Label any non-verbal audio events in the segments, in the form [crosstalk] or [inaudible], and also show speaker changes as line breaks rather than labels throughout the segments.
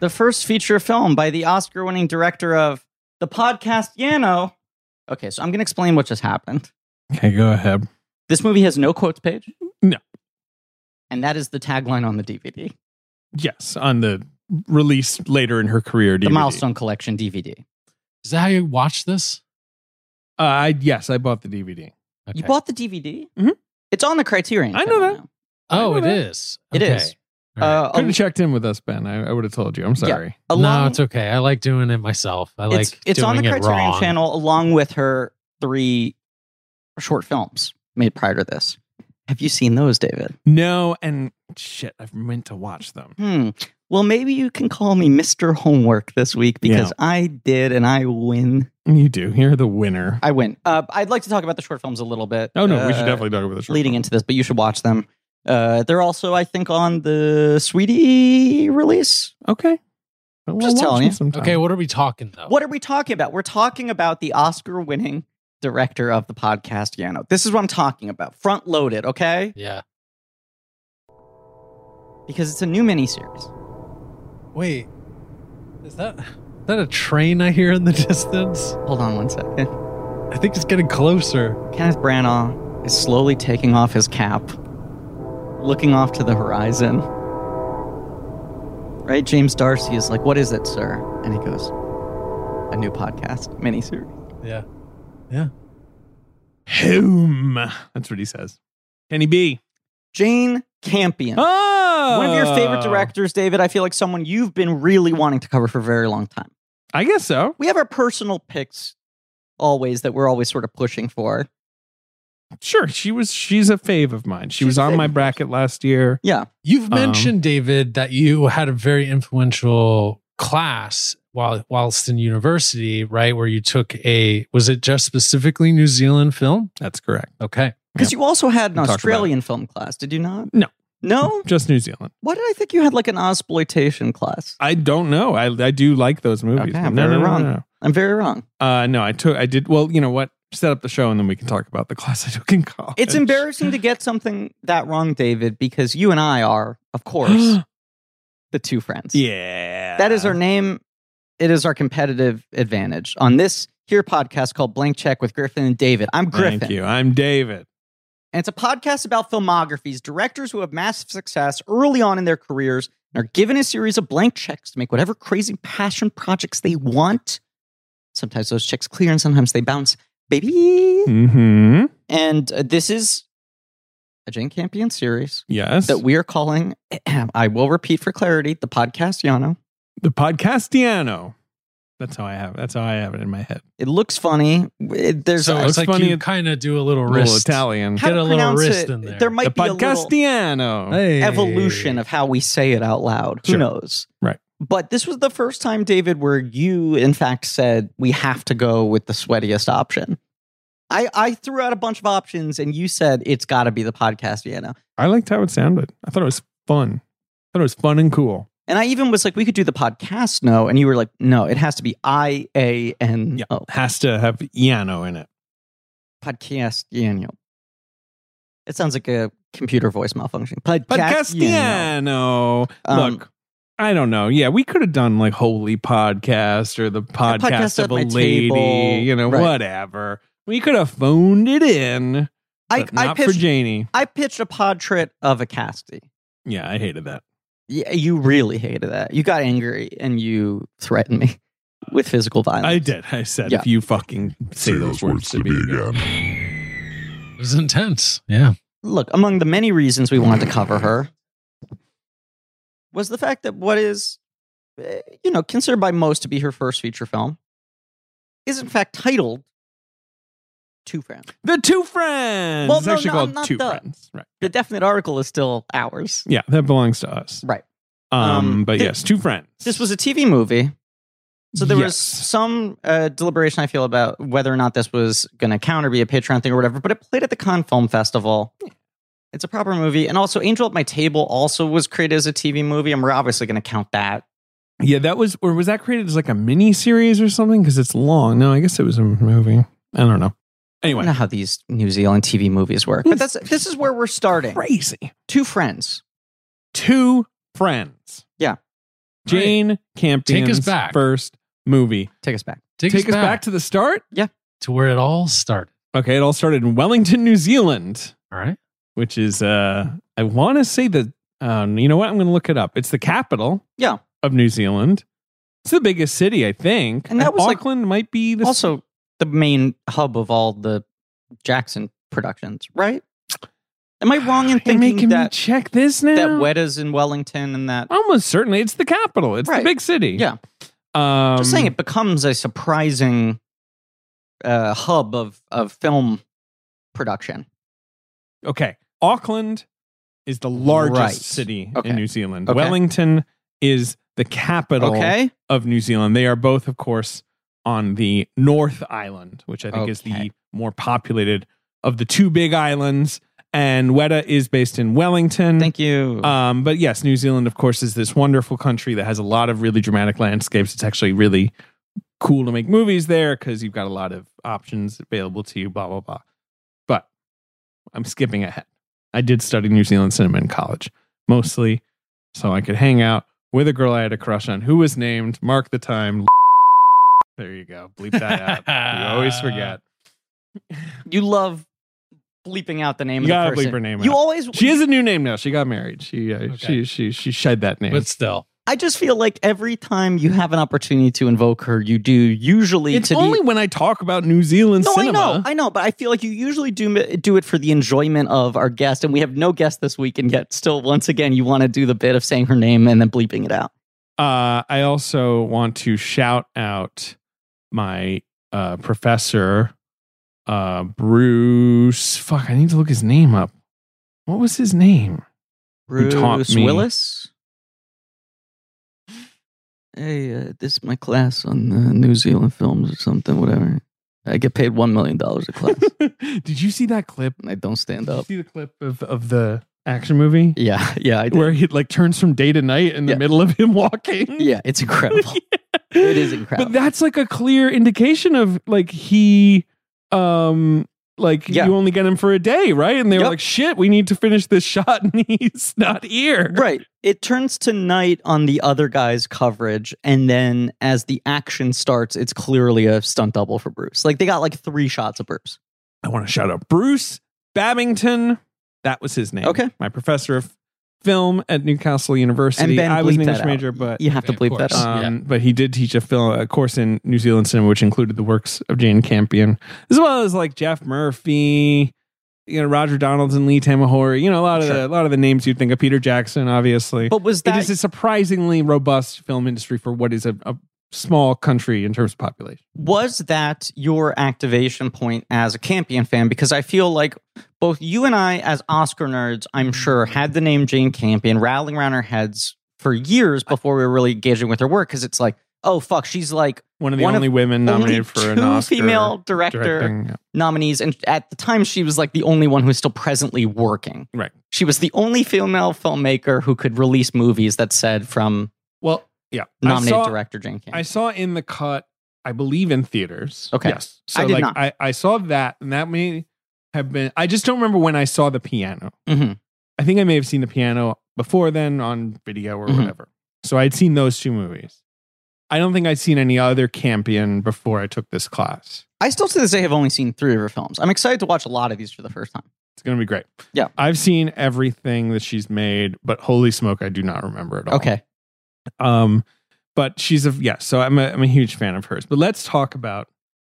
the first feature film by the Oscar winning director of the podcast Yano. Okay, so I'm going to explain what just happened.
Okay, go ahead.
This movie has no quotes page.
No.
And that is the tagline on the DVD,
Yes, on the release later in her career.
the
DVD.
Milestone Collection DVD.
Is that how you watch this?
Uh, I, yes, I bought the DVD.
Okay. Mm-hmm.
You bought the DVD?
Mhm.
It's on the Criterion.
I know
channel
that.
now.
oh,
I
it
know
is.
It
Okay.
is.
All right.
Uh,
Could have
al-
checked in with us, Ben. I, I would have told you. I'm sorry.
along-
no, it's okay. I like doing it myself. I like
it's, it's
doing
on the
it
Criterion
wrong.
channel along with her three short films made prior to this. Have you seen those, David?
No, and shit, I've meant to watch them.
Hmm. Well, maybe you can call me Mr. Homework this week because I did and I win.
You do. You're the winner.
I win. Uh, I'd like to talk about the short films a little bit.
Oh no, we should
uh,
definitely talk about this.
leading into this, but you should watch them. Uh, they're also, I think, on the Sweetie release.
Okay. Well,
Just
watch
telling
them
you.
sometime.
Okay, what are we talking
Oh.
though?
What are we talking about? We're talking about the Oscar winning director of the podcast, Yano. This is what I'm talking about. Front loaded, okay?
Yeah.
Because it's a new miniseries.
Wait, is that is that a train I hear in the distance?
Hold on one second.
I think it's getting closer.
Kenneth Branagh is slowly taking off his cap, looking off to the horizon. Right? James Darcy is like, What is it, sir? And he goes, A new podcast, miniseries.
Yeah.
Whom? That's what he says. Kenny B.
Jane Campion.
Oh,
One of your favorite directors, David. I feel like someone you've been really wanting to cover for a very long time.
I guess so.
We have our personal picks always that we're always sort of pushing for.
Sure, she was. She's a fave of mine. She
She's
was
a fave
on my
of yours.
bracket last year.
Yeah.
You've
Um,
mentioned David that you had a very influential class while whilst in university, right? Where you took a was it just specifically New Zealand film?
That's correct.
Okay.
Because you also had an
We talked about
Australian film class, did you not?
No.
No?
Just New Zealand.
Why did I think you had like an exploitation class?
I don't know. I I do like those movies.
Okay, I'm
no,
very
no, no,
wrong.
no,
I'm very wrong.
no. Uh, no, I took. I did. Well, you know what? Set up the show, and then we can talk about the class I took in college.
It's embarrassing to get something that wrong, David, because you and I are, of
[gasps]
course, the two friends.
yeah,
That is our name. It is our competitive advantage on this here podcast called Blank Check with Griffin and David. I'm Griffin.
Thank you. I'm David.
And it's a podcast about filmographies, directors who have massive success early on in their careers and are given a series of blank checks to make whatever crazy passion projects they want. Sometimes those checks clear and sometimes they bounce, baby.
Hmm.
And uh, this is a Jane Campion series
Yes.
that we are calling, I will repeat for clarity, the podcast Yano.
the podcastiano. That's how I have. That's how I have it in my head.
It looks funny. It- there's
so
a,
it's
it's
like
funny
you
it-
kind of do a little
Little
wrist.
Italian.
how
get
to
a little
pronounce
wrist
it.
in there.
There
The
might be a little
podcastiano.
Hey.
evolution of how we say it out loud. Who
Sure.
knows?
Right.
But this was the first time, David, where you, in fact, said we have to go with the sweatiest option. I, I threw out a bunch of options and you said it's got to be the podcast, Vienna.
I liked how it sounded. I thought it was fun. I thought it was fun and cool.
And I even was like, we could do the podcast, no. And you were like, no, it has to be I A N O.
Has to have Iano in it.
Podcast, Yano. It sounds like a computer voice malfunction. Podcast, Yano.
Podcastiano.
Um,
Look, I don't know. Yeah, we could have done like Holy Podcast or the podcast,
podcast at
of a
my
lady,
table.
you know,
Right.
whatever. We could have phoned it in.
I,
but
I,
not for
pitched,
Janie.
I pitched a podtrit of a casty.
Yeah, I hated that.
Yeah, you really hated that. You got angry and you threatened me [laughs] with physical violence.
I did. I said,
Yeah.
if you fucking say those words to me again.
It was intense. Yeah.
Look, among the many reasons we wanted to cover her was the fact that what is, eh, you know, considered by most to be her first feature film is in fact titled Two Friends.
The two friends.
Well,
it's
no,
actually
no,
called
not
two
the-
friends. Right.
The definite article is still ours.
Yeah, that belongs to us.
Right.
Um,
Um,
but
thi-
yes, two friends.
This was a TV movie. So there was
Yes.
some uh, deliberation I feel about whether or not this was going to count or be a Patreon thing or whatever, but it played at the Cannes Film Festival. It's a proper movie, and also Angel at My Table also was created as a TV movie, and we're obviously going to count that.
Yeah, that was or was that created as like a mini series or something? Because it's long. No, I guess it was a movie. I don't know.
I
Anyway,
don't know how these New Zealand TV movies work, but that's this is where we're starting.
crazy.
Two friends.
Two friends.
Yeah.
Jane Campion's
back.
first movie.
Take us back.
Take,
Take us back. to the start.
to where it all started.
Okay, it all started in Wellington, New Zealand,
All right.
which is uh I want to say the um you know what I'm going to look it up. It's the capital.
Yeah.
Of New Zealand. It's the biggest city, I think.
And that was, like,
Auckland might be the
Also, the main hub of all the Jackson productions, right? Am I wrong in
You're
thinking
making me
that
check this now?
that Weta's in Wellington and that?
Almost certainly, it's the capital. It's
Right.
the big city.
Yeah.
Um,
just saying, it becomes a surprising uh, hub of of film production.
Okay. Auckland is the largest
Right.
city
Okay.
in New Zealand.
Okay.
Wellington is the capital
Okay,
of New Zealand. They are both, of course, on the North Island, which I think is
Okay.
the more populated of the two big islands. And Weta is based in Wellington.
thank you.
Um, but yes, New Zealand, of course, is this wonderful country that has a lot of really dramatic landscapes. It's actually really cool to make movies there because you've got a lot of options available to you, blah, blah, blah. But I'm skipping ahead. I did study New Zealand cinema in college, mostly so I could hang out with a girl I had a crush on who was named Mark the Time. There you go. Bleep that out. You always forget.
you love bleeping out the name
You
of
gotta
the person.
bleep her name
you
out.
always
She has a new name now. She got married. She uh,
Okay.
she she she shed that name.
But still,
I just feel like every time you have an opportunity to invoke her, you do usually
It's
to the-
only when I talk about New Zealand
no,
cinema.
I know, I know, but I feel like you usually do do it for the enjoyment of our guest, and we have no guest this week, and yet still, once again, you want to do the bit of saying her name and then bleeping it out.
Uh, I also want to shout out my uh, professor, uh, Bruce. Fuck, I need to look his name up. What was his
[laughs]
name? Who
Bruce
taught me.
Willis. Hey, uh, this is my class on uh, New Zealand films or something, whatever. I get paid one million dollars a
[laughs]
class,
Did you see that clip?
and I don't stand
Did you
up.
see the clip of, of the action movie
Yeah, yeah, I do.
where he like turns from day to night in the
Yeah.
middle of him walking?
Yeah, it's
[laughs]
incredible. It is incredible.
But that's like a clear indication of like he um like
Yeah.
you only get him for a day, right? And they were
Yep.
like, shit, we need to finish this shot and [laughs] he's not here.
Right. It turns to night on the other guy's coverage, and then as the action starts, it's clearly a stunt double for Bruce. Like they got like three shots of Bruce.
I want to shout out Bruce Babington. That was his name.
Okay.
My professor of film at Newcastle University.
And Ben
I was an
bleeped
English
that out.
major, but
You have to
Of
believe that.
course.
out.
Um, But he did teach a film, a course in New Zealand cinema, which included the works of Jane Campion, as well as like Jeff Murphy, you know, Roger Donaldson, Lee Tamahori, you know, a lot of
Sure.
the, a lot of the names you'd think of. Peter Jackson, obviously.
But was
it
that
is a surprisingly robust film industry for what is a, a small country in terms of population.
was that your activation point as a Campion fan? Because I feel like both you and I, as Oscar nerds, I'm sure, had the name Jane Campion rattling around our heads for years before we were really engaging with her work. Because it's like, oh fuck, she's like
One of the
One of
only women
only
nominated for an
two
Oscar.
female director
directing.
nominees and at the time she was like the only one who was still presently working
Right.
she was the only female filmmaker who could release movies that said from
Well, yeah,
nominated
I saw,
director jane campion
I saw in the cut, I believe in theaters.
Okay.
Yes. So
I did
like
not.
I, I saw that and that may have been I just don't remember when I saw the piano.
Mhm.
I think I may have seen the piano before then on video or
Mhm.
whatever. So I'd seen those two movies. I don't think I'd seen any other Campion before I took this class.
i still to this day have only seen three of her films i'm excited to watch a lot of these for the first time
It's gonna be great.
Yeah.
I've seen everything that she's made, but holy smoke, I do not remember at all.
okay
Um, but she's a yeah. So I'm a I'm a huge fan of hers. But let's talk about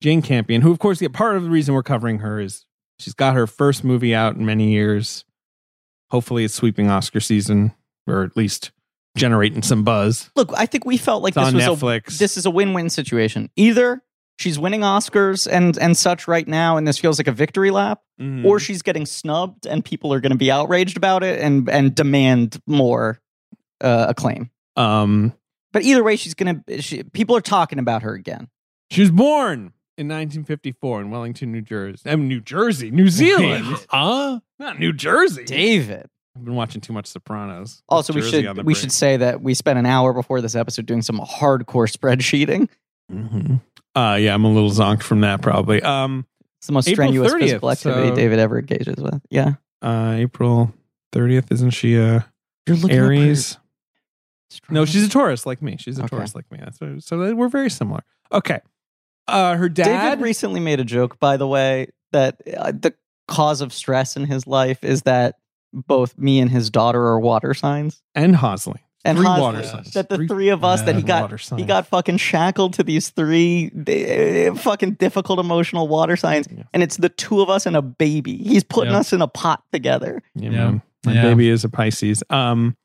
Jane Campion, who of course yeah, part of the reason we're covering her is she's got her first movie out in many years. Hopefully, it's sweeping Oscar season, or at least generating some buzz.
look i think we felt like
It's on
this was a
Netflix.
this is a win-win situation either she's winning oscars and and such right now and this feels like a victory lap
Mhm.
or she's getting snubbed and people are going to be outraged about it and and demand more uh, acclaim
um,
But either way, she's gonna. She, people are talking about her again.
she was born. In 1954 in Wellington, New Jersey. I mean, New Jersey, New Zealand.
huh?
Not New Jersey.
David.
I've been watching too much Sopranos.
Also, we
Jersey on the
should we
brain.
should say that we spent an hour before this episode doing some hardcore [laughs] spreadsheeting.
hmm Uh, yeah, I'm a little zonked from that probably. Um,
It's the most
April
strenuous
30th,
physical activity
so-
David ever engages with. Yeah,
uh, April 30th, isn't she? Uh,
you're looking.
Aries. No, she's a Taurus like me. She's a
Okay.
Taurus like me. That's what, so we're very similar. Okay. Uh, her dad.
David recently made a joke, by the way, that uh, the cause of stress in his life is that both me and his daughter are water signs.
and Hosling.
And
three
Hans-
water
yeah.
signs.
that the three of us that he
Yeah,
got
water signs.
he got fucking shackled to these three uh, fucking difficult emotional water signs,
Yeah.
and it's the two of us and a baby. He's putting
Yeah.
us in a pot together.
Yeah,
Yeah.
man. My
Yeah.
baby is a Pisces. Um,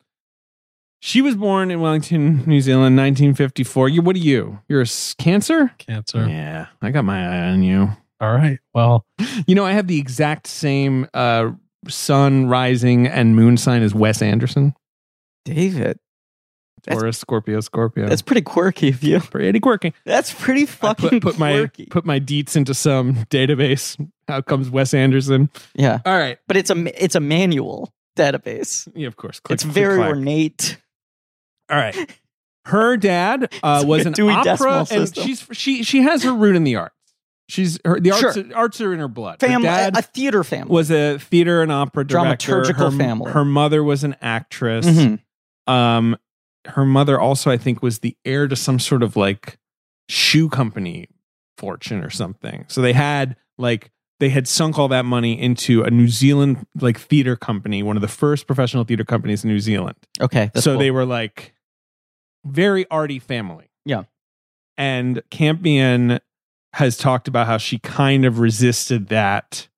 she was born in Wellington, New Zealand, 1954. You, what are you? You're a s- Cancer.
Cancer.
Yeah, I got my eye on you.
All right. Well,
You know, I have the exact same uh, sun rising and moon sign as Wes Anderson.
David, That's-
Taurus, Scorpio, Scorpio.
that's pretty quirky of you.
pretty quirky.
That's pretty
I
fucking
put, put my
quirky.
put my deets into some database. How comes Wes Anderson?
yeah,
All right.
but it's a it's a manual database.
Yeah, of course. Click,
it's
click,
very
clack.
ornate.
All right. Her dad
[laughs]
uh,
It's
was
like a
an
Dewey Decimal
opera, and
System.
she's she she has her root in the arts. She's her the arts
Sure.
arts are in her blood. Her
Family,
dad
a theater family.
was a theater and opera director.
Dramaturgical
her,
family.
Her mother was an actress.
Mhm.
Um, her mother also, I think, was the heir to some sort of like shoe company fortune or something. So they had like they had sunk all that money into a New Zealand like theater company, one of the first professional theater companies in New Zealand
Okay, that's
so
cool.
they were like very arty family.
Yeah.
And Campion has talked about how she kind of resisted that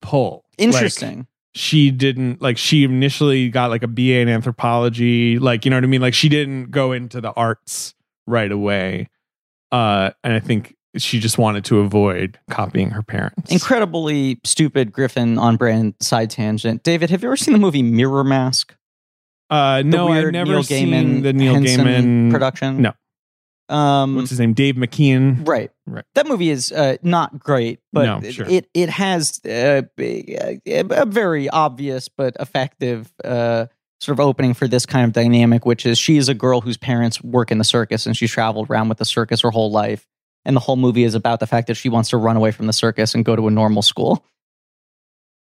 pull. Like,
interesting.
she didn't like she initially got like a BA in anthropology, like you know what I mean? Like she didn't go into the arts right away. Uh and I think she just wanted to avoid copying her parents.
Incredibly stupid Griffin on brand side tangent. David, have you ever seen the movie Mirror Mask?
uh
The
no, I've
weird
never
Neil
seen
Gaiman
the Neil
Henson
Gaiman
production.
No.
Um,
What's his name? Dave McKeon.
Right.
Right.
That movie is uh, not great, but
No,
it-
sure.
it it has uh, a, a very obvious but effective uh, sort of opening for this kind of dynamic, which is she is a girl whose parents work in the circus and she's traveled around with the circus her whole life. And the whole movie is about the fact that she wants to run away from the circus and go to a normal school.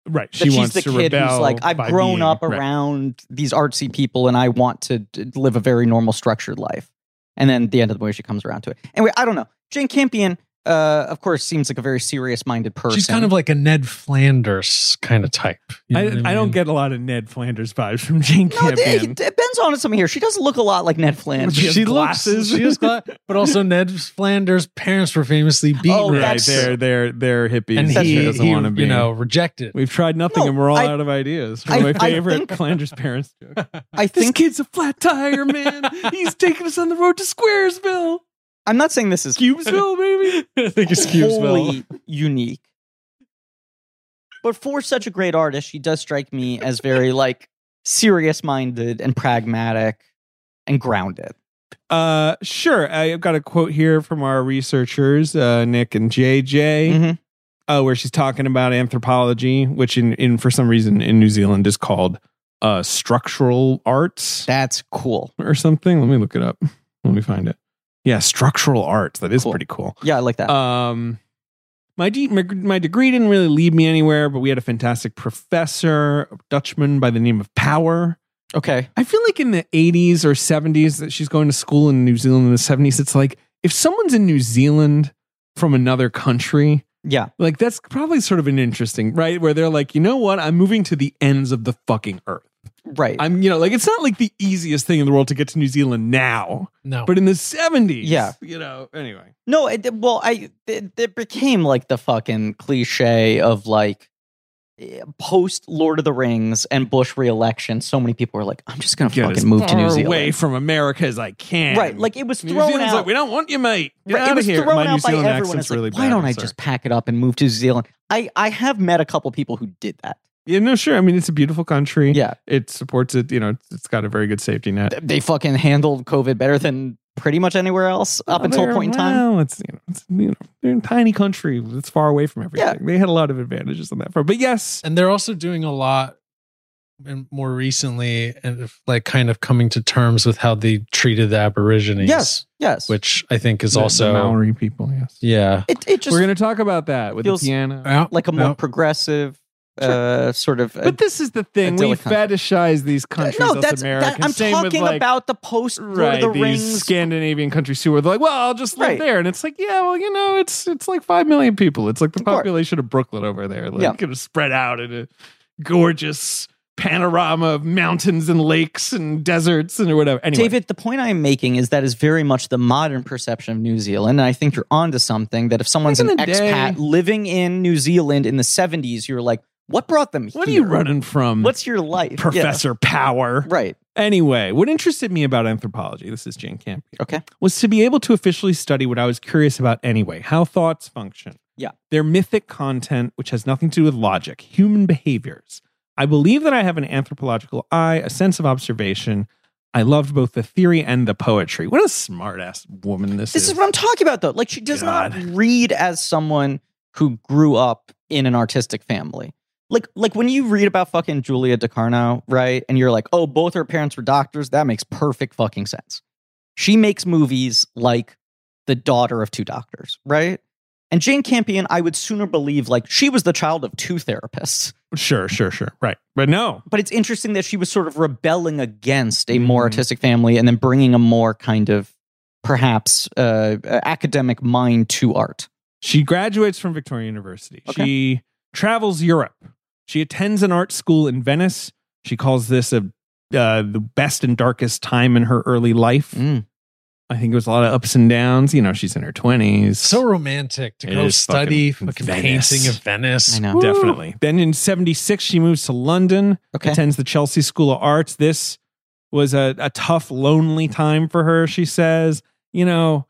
Right.
That
She
she's
wants
the
to
kid
rebel
who's like, I've
by
grown
being-
up
right.
around these artsy people and I want to d- live a very normal, structured life. And then at the end of the movie, she comes around to it. Anyway, I don't know. Jane Campion, uh, of course, seems like a very serious minded person.
she's kind of like a Ned Flanders kind of type. You know
I,
what
I don't
mean?
get a lot of Ned Flanders vibes from [laughs] Jane
No, it,
Campion.
it- Ben's onto something here. She does look a lot like Ned
[laughs]
Flanders.
She has glasses.
Looks, she has gla- but
[laughs]
also Ned Flanders' parents were famously beaten,
Oh,
right,
that's-
they're they're they're hippies.
and
that
he,
she doesn't
he,
want to be.
you know, rejected.
We've tried nothing,
No,
and we're all
I-
out of ideas.
I-
From my
I
favorite
think-
Flanders parents
[laughs]
joke.
I
This
think
kid's a flat tire, man. He's taking us on the road to Squaresville,
I'm not saying this is [laughs]
Cubesville, baby.
I think it's Cubesville.
wholly unique, but for such a great artist, she does strike me as very like serious minded and pragmatic and grounded.
Uh, sure. I've got a quote here from our researchers, uh, Nick and JJ.
Mhm.
uh, where she's talking about anthropology, which in, in for some reason in New Zealand is called uh, structural arts
That's cool.
or something. Let me look it up. Let me find it. Yeah, structural arts. That is
Cool.
pretty cool.
Yeah, I like that.
Um, my, de- my my degree didn't really lead me anywhere, but we had a fantastic professor, a Dutchman by the name of Power.
okay.
I feel like in the 80s or 70s that she's going to school in New Zealand in the 70s, it's like if someone's in New Zealand from another country,
Yeah.
like that's probably sort of an interesting right where they're like you know what i'm moving to the ends of the fucking earth
Right.
i'm you know like it's not like the easiest thing in the world to get to new zealand now
No,
but in the 70s
Yeah.
you know anyway
no, it, well, I it, it became like the fucking cliche of like eh, post Lord of the Rings and Bush reelection. So many people were like, "I'm just gonna
get as
fucking move to New
far
Zealand."
away from america as i can
right? Like it was
new
thrown
Zealand's
out.
like we don't want you mate get
Right,
out
it
of
was
here
thrown
my
out
new
by everyone.
zealand accent's
It's like,
really
why
bad,
don't
I'm
I
sorry.
just pack it up and move to New Zealand? I I have met a couple people who did that.
yeah no sure i mean it's a beautiful country
Yeah,
it supports it you know it's- it's got a very good safety net
Mm-hmm. Th- they fucking handled COVID better than pretty much anywhere else up
Well,
until a
they're-
point in time.
Well, it's you know, it's you know, they're in a tiny country that's far away from everything. They had a lot of advantages on that front. But yes,
and they're also doing a lot and more recently and if, like kind of coming to terms with how they treated the aborigines
Yes, yes.
which i think is
the- the
also
Maori people. Yes,
yeah
it it just
we're going to talk about that with
feels-
the piano.
Yeah.
like a more
Yeah.
progressive uh, sort of. uh,
But this is the thing. We
idyllic country.
fetishize these countries.
Uh, no,
us
that's
Americans.
that, I'm
Same
talking
with, like,
about the post Lord
right,
of the
these
Rings.
Scandinavian countries too, where they're like, "Well, I'll just live
Right.
there," and it's like, "Yeah, well, you know, it's it's like five million people. It's like the
Of course.
population of Brooklyn over there. Like,
Yeah.
going to spread out in a gorgeous panorama of mountains and lakes and deserts and whatever." Anyway,
David, the point I'm making is that is very much the modern perception of New Zealand. And I think you're onto something that if someone's
Back
an
in the day-
expat living in New Zealand in the 70s, you're like, what brought them
what are
here?
you running from,
What's your life? Yeah.
Professor Power?
Right.
Anyway, what interested me about anthropology, this is Jane Campion,
Okay.
was to be able to officially study what I was curious about anyway how thoughts function.
Yeah.
Their mythic content, which has nothing to do with logic, human behaviors. I believe that I have an anthropological eye, a sense of observation. I loved both the theory and the poetry. What a smart ass woman this,
This is what I'm talking about, though. Like, she does
God.
not read as someone who grew up in an artistic family. Like, like when you read about fucking Julia DiCarno, right? And you're like, oh, both her parents were doctors. That makes perfect fucking sense. She makes movies like the daughter of two doctors, right? And Jane Campion, I would sooner believe like she was the child of two therapists.
Sure, sure, sure. Right. But no.
But it's interesting that she was sort of rebelling against a more
Mhm.
artistic family and then bringing a more kind of perhaps uh, academic mind to art.
She graduates from Victoria University.
Okay.
She travels Europe. She attends an art school in Venice. She calls this a uh, the best and darkest time in her early life.
Mm.
I think it was a lot of ups and downs. You know, she's in her twenties.
So romantic to
It
go
is
study
fucking
fucking,
Venice.
painting of Venice.
I know.
Woo. definitely. Then in '76, she moves to London,
Okay.
attends the Chelsea School of Arts. This was a, a tough, lonely time for her. She says, you know.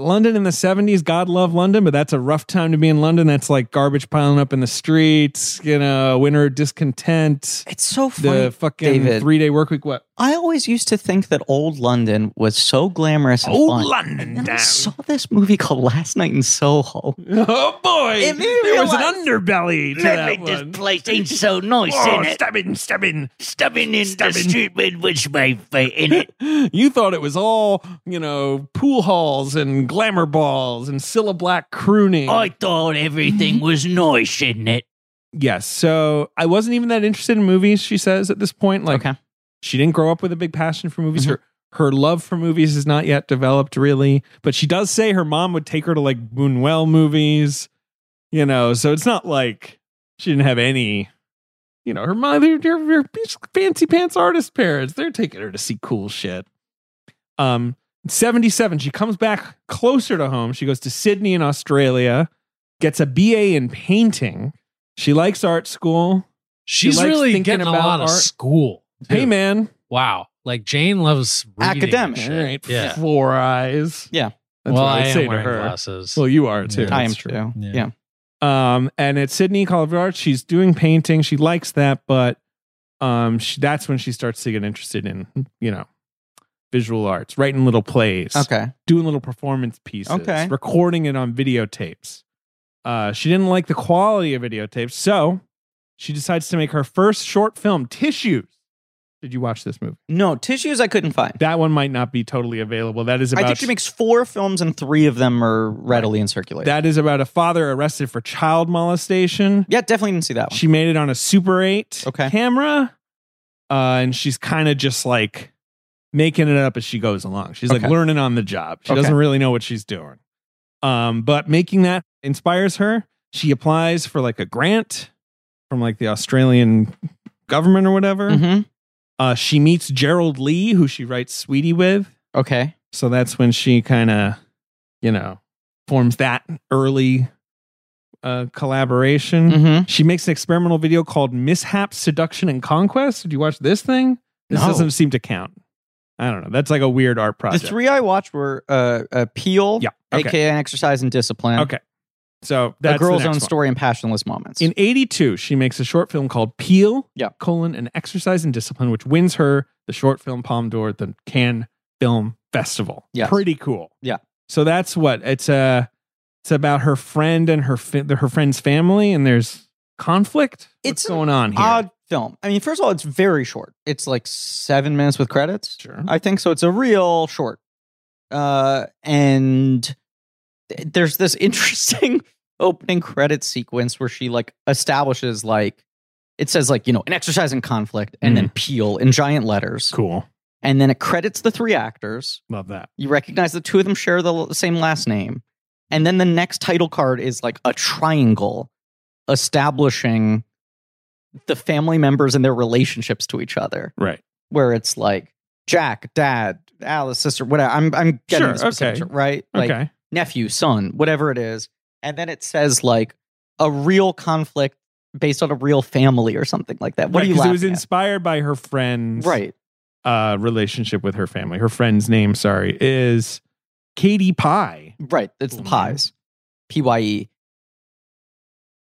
London in the 70s, God love London, but that's a rough time to be in London. That's like garbage piling up in the streets, you know, winter discontent,
It's so funny.
the fucking
David.
three day work week. What?
I always used to think that old London was so glamorous and
Oh,
fun.
London.
And I
down.
saw this movie called Last Night in Soho.
Oh boy!
It made me
there was an
realize-
underbelly to that one.
place ain't so nice,
Oh, stabbing, stabbing,
Stubbing
in the Stubbing. street
with which my feet in
[laughs] You thought it was all, you know, pool halls and glamour balls and Cilla Black crooning.
thought everything was nice, in it?
yes. So I wasn't even that interested in movies, she says at this point. Like,
okay.
she didn't grow up with a big passion for movies. Her her love for movies is not yet developed really, but she does say her mom would take her to like Buñuel movies, you know. So it's not like she didn't have any, you know. Her mother, her, her fancy pants artist parents, they're taking her to see cool shit. Um, seventy seven, she comes back closer to home. She goes to Sydney in Australia, gets a BA in painting. She likes art school.
She's
likes
really
thinking
getting a
about
lot of
art.
school. too.
Hey man,
Wow. Like Jane loves reading and
Academic.
shit.
All right.
Yeah.
Four eyes.
Yeah.
That's what
well,
I
I,
would
am
say to
wearing
her.
glasses.
Well, you are too.
Yeah,
I am
that's
too.
true.
Yeah.
Yeah.
Um, and at Sydney College of Art, she's doing painting. She likes that, but um, she, that's when she starts to get interested in, you know, visual arts, writing little plays,
Okay.
doing little performance pieces,
Okay.
recording it on videotapes. Uh, she didn't like the quality of videotapes, so she decides to make her first short film, Tissues. Did you watch this movie?
No, tissues I couldn't find.
That one might not be totally available. That is about
I think she makes four films and three of them are readily in circulation.
That is about a father arrested for child molestation.
yeah, definitely didn't see that one.
She made it on a Super 8
Okay.
camera. Uh, and she's kind of just like making it up as she goes along. She's
Okay.
like learning on the job. She
Okay.
doesn't really know what she's doing. Um, but making that inspires her. She applies for like a grant from like the Australian government or whatever.
Mhm.
Uh, she meets Gerald Lee, who she writes Sweetie with.
Okay.
So that's when she kind of, you know, forms that early uh, collaboration.
Mm-hmm.
She makes an experimental video called Mishap, Seduction, and Conquest. Did you watch this thing? This
No.
doesn't seem to count. I don't know. That's like a weird art
The
project.
three I watched were uh, uh, Peel,
yeah. Okay.
aka An Exercise in Discipline,
Okay. So that's
A Girl's
the
Own
next one.
Story, and Passionless Moments.
In 82, she makes a short film called Peel,
Yeah.
colon, an exercise in discipline, which wins her the short film Palm d'Or at the Cannes Film Festival.
Yes.
Pretty cool.
Yeah.
So that's what it's uh it's about her friend and her fi- her friend's family and there's conflict. What's
It's an
going on here?
Odd film. I mean, first of all, it's very short. It's like seven minutes with credits.
sure.
I think so. It's a real short. Uh, and [laughs] th- there's this interesting opening credit sequence where she like establishes like it says like you know an exercise in conflict and
Mm.
then peel in giant letters
Cool.
and then it credits the three actors
Love that.
you recognize the two of them share the l- same last name and then the next title card is like a triangle establishing the family members and their relationships to each other
Right.
where it's like jack dad alice sister whatever i'm, I'm getting
Sure,
the specifics,
okay.
right like
okay.
nephew, son, whatever it is. And then it says like a real conflict based on a real family or something like that. What
Right,
are you
'cause
laughing
It was
at?
inspired by her friend's
Right.
uh, relationship with her family. Her friend's name, sorry, is Katie Pie.
Right. It's the
Cool, man.
pies. P Y E.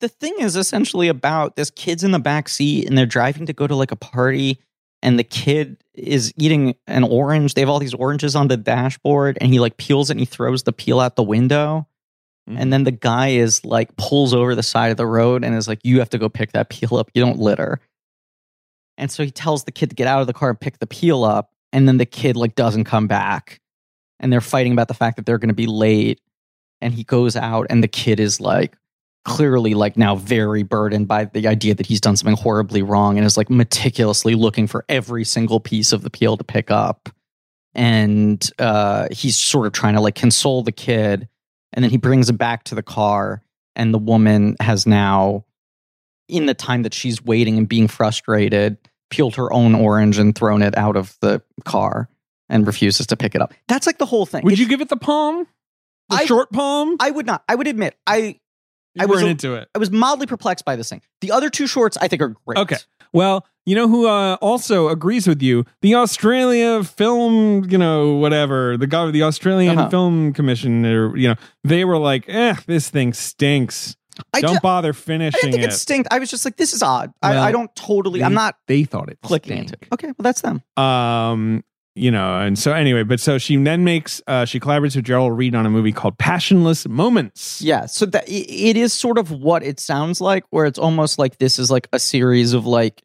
The thing is essentially about this kid's in the back seat and they're driving to go to like a party and the kid is eating an orange. They have all these oranges on the dashboard and he like peels it and he throws the peel out the window. And then the guy is like pulls over the side of the road and is like, "You have to go pick that peel up. You don't litter." And so he tells the kid to get out of the car and pick the peel up, and then the kid like doesn't come back, and they're fighting about the fact that they're going to be late. And he goes out, and the kid is like clearly like now very burdened by the idea that he's done something horribly wrong, and is like meticulously looking for every single piece of the peel to pick up. And uh, he's sort of trying to like console the kid and then he brings it back to the car and the woman has now in the time that she's waiting and being frustrated peeled her own orange and thrown it out of the car and refuses to pick it up that's like the whole thing
Would
It's-
you give it the palm? The
I-
short palm?
i would not i would admit i
You
I was
weren't
a-
into it.
i was mildly perplexed by this thing the other two shorts i think are great
Okay. Well, you know who uh, also agrees with you? The Australia Film, you know, whatever the gov- the Australian
Uh-huh.
Film Commission, or you know, they were like, "Eh, this thing stinks.
i,
Don't
ju-
bother
I didn't
finishing
think it
it."
stinked i was just like this is odd
Well,
I, I don't totally i'm
they-
not
they thought it
clicking into it.
stank.
okay well that's them
Um, you know, and so anyway, but so she then makes uh, she collaborates with Gerald Reed on a movie called Passionless Moments.
Yeah, so that i- it is sort of what it sounds like, where it's almost like this is like a series of like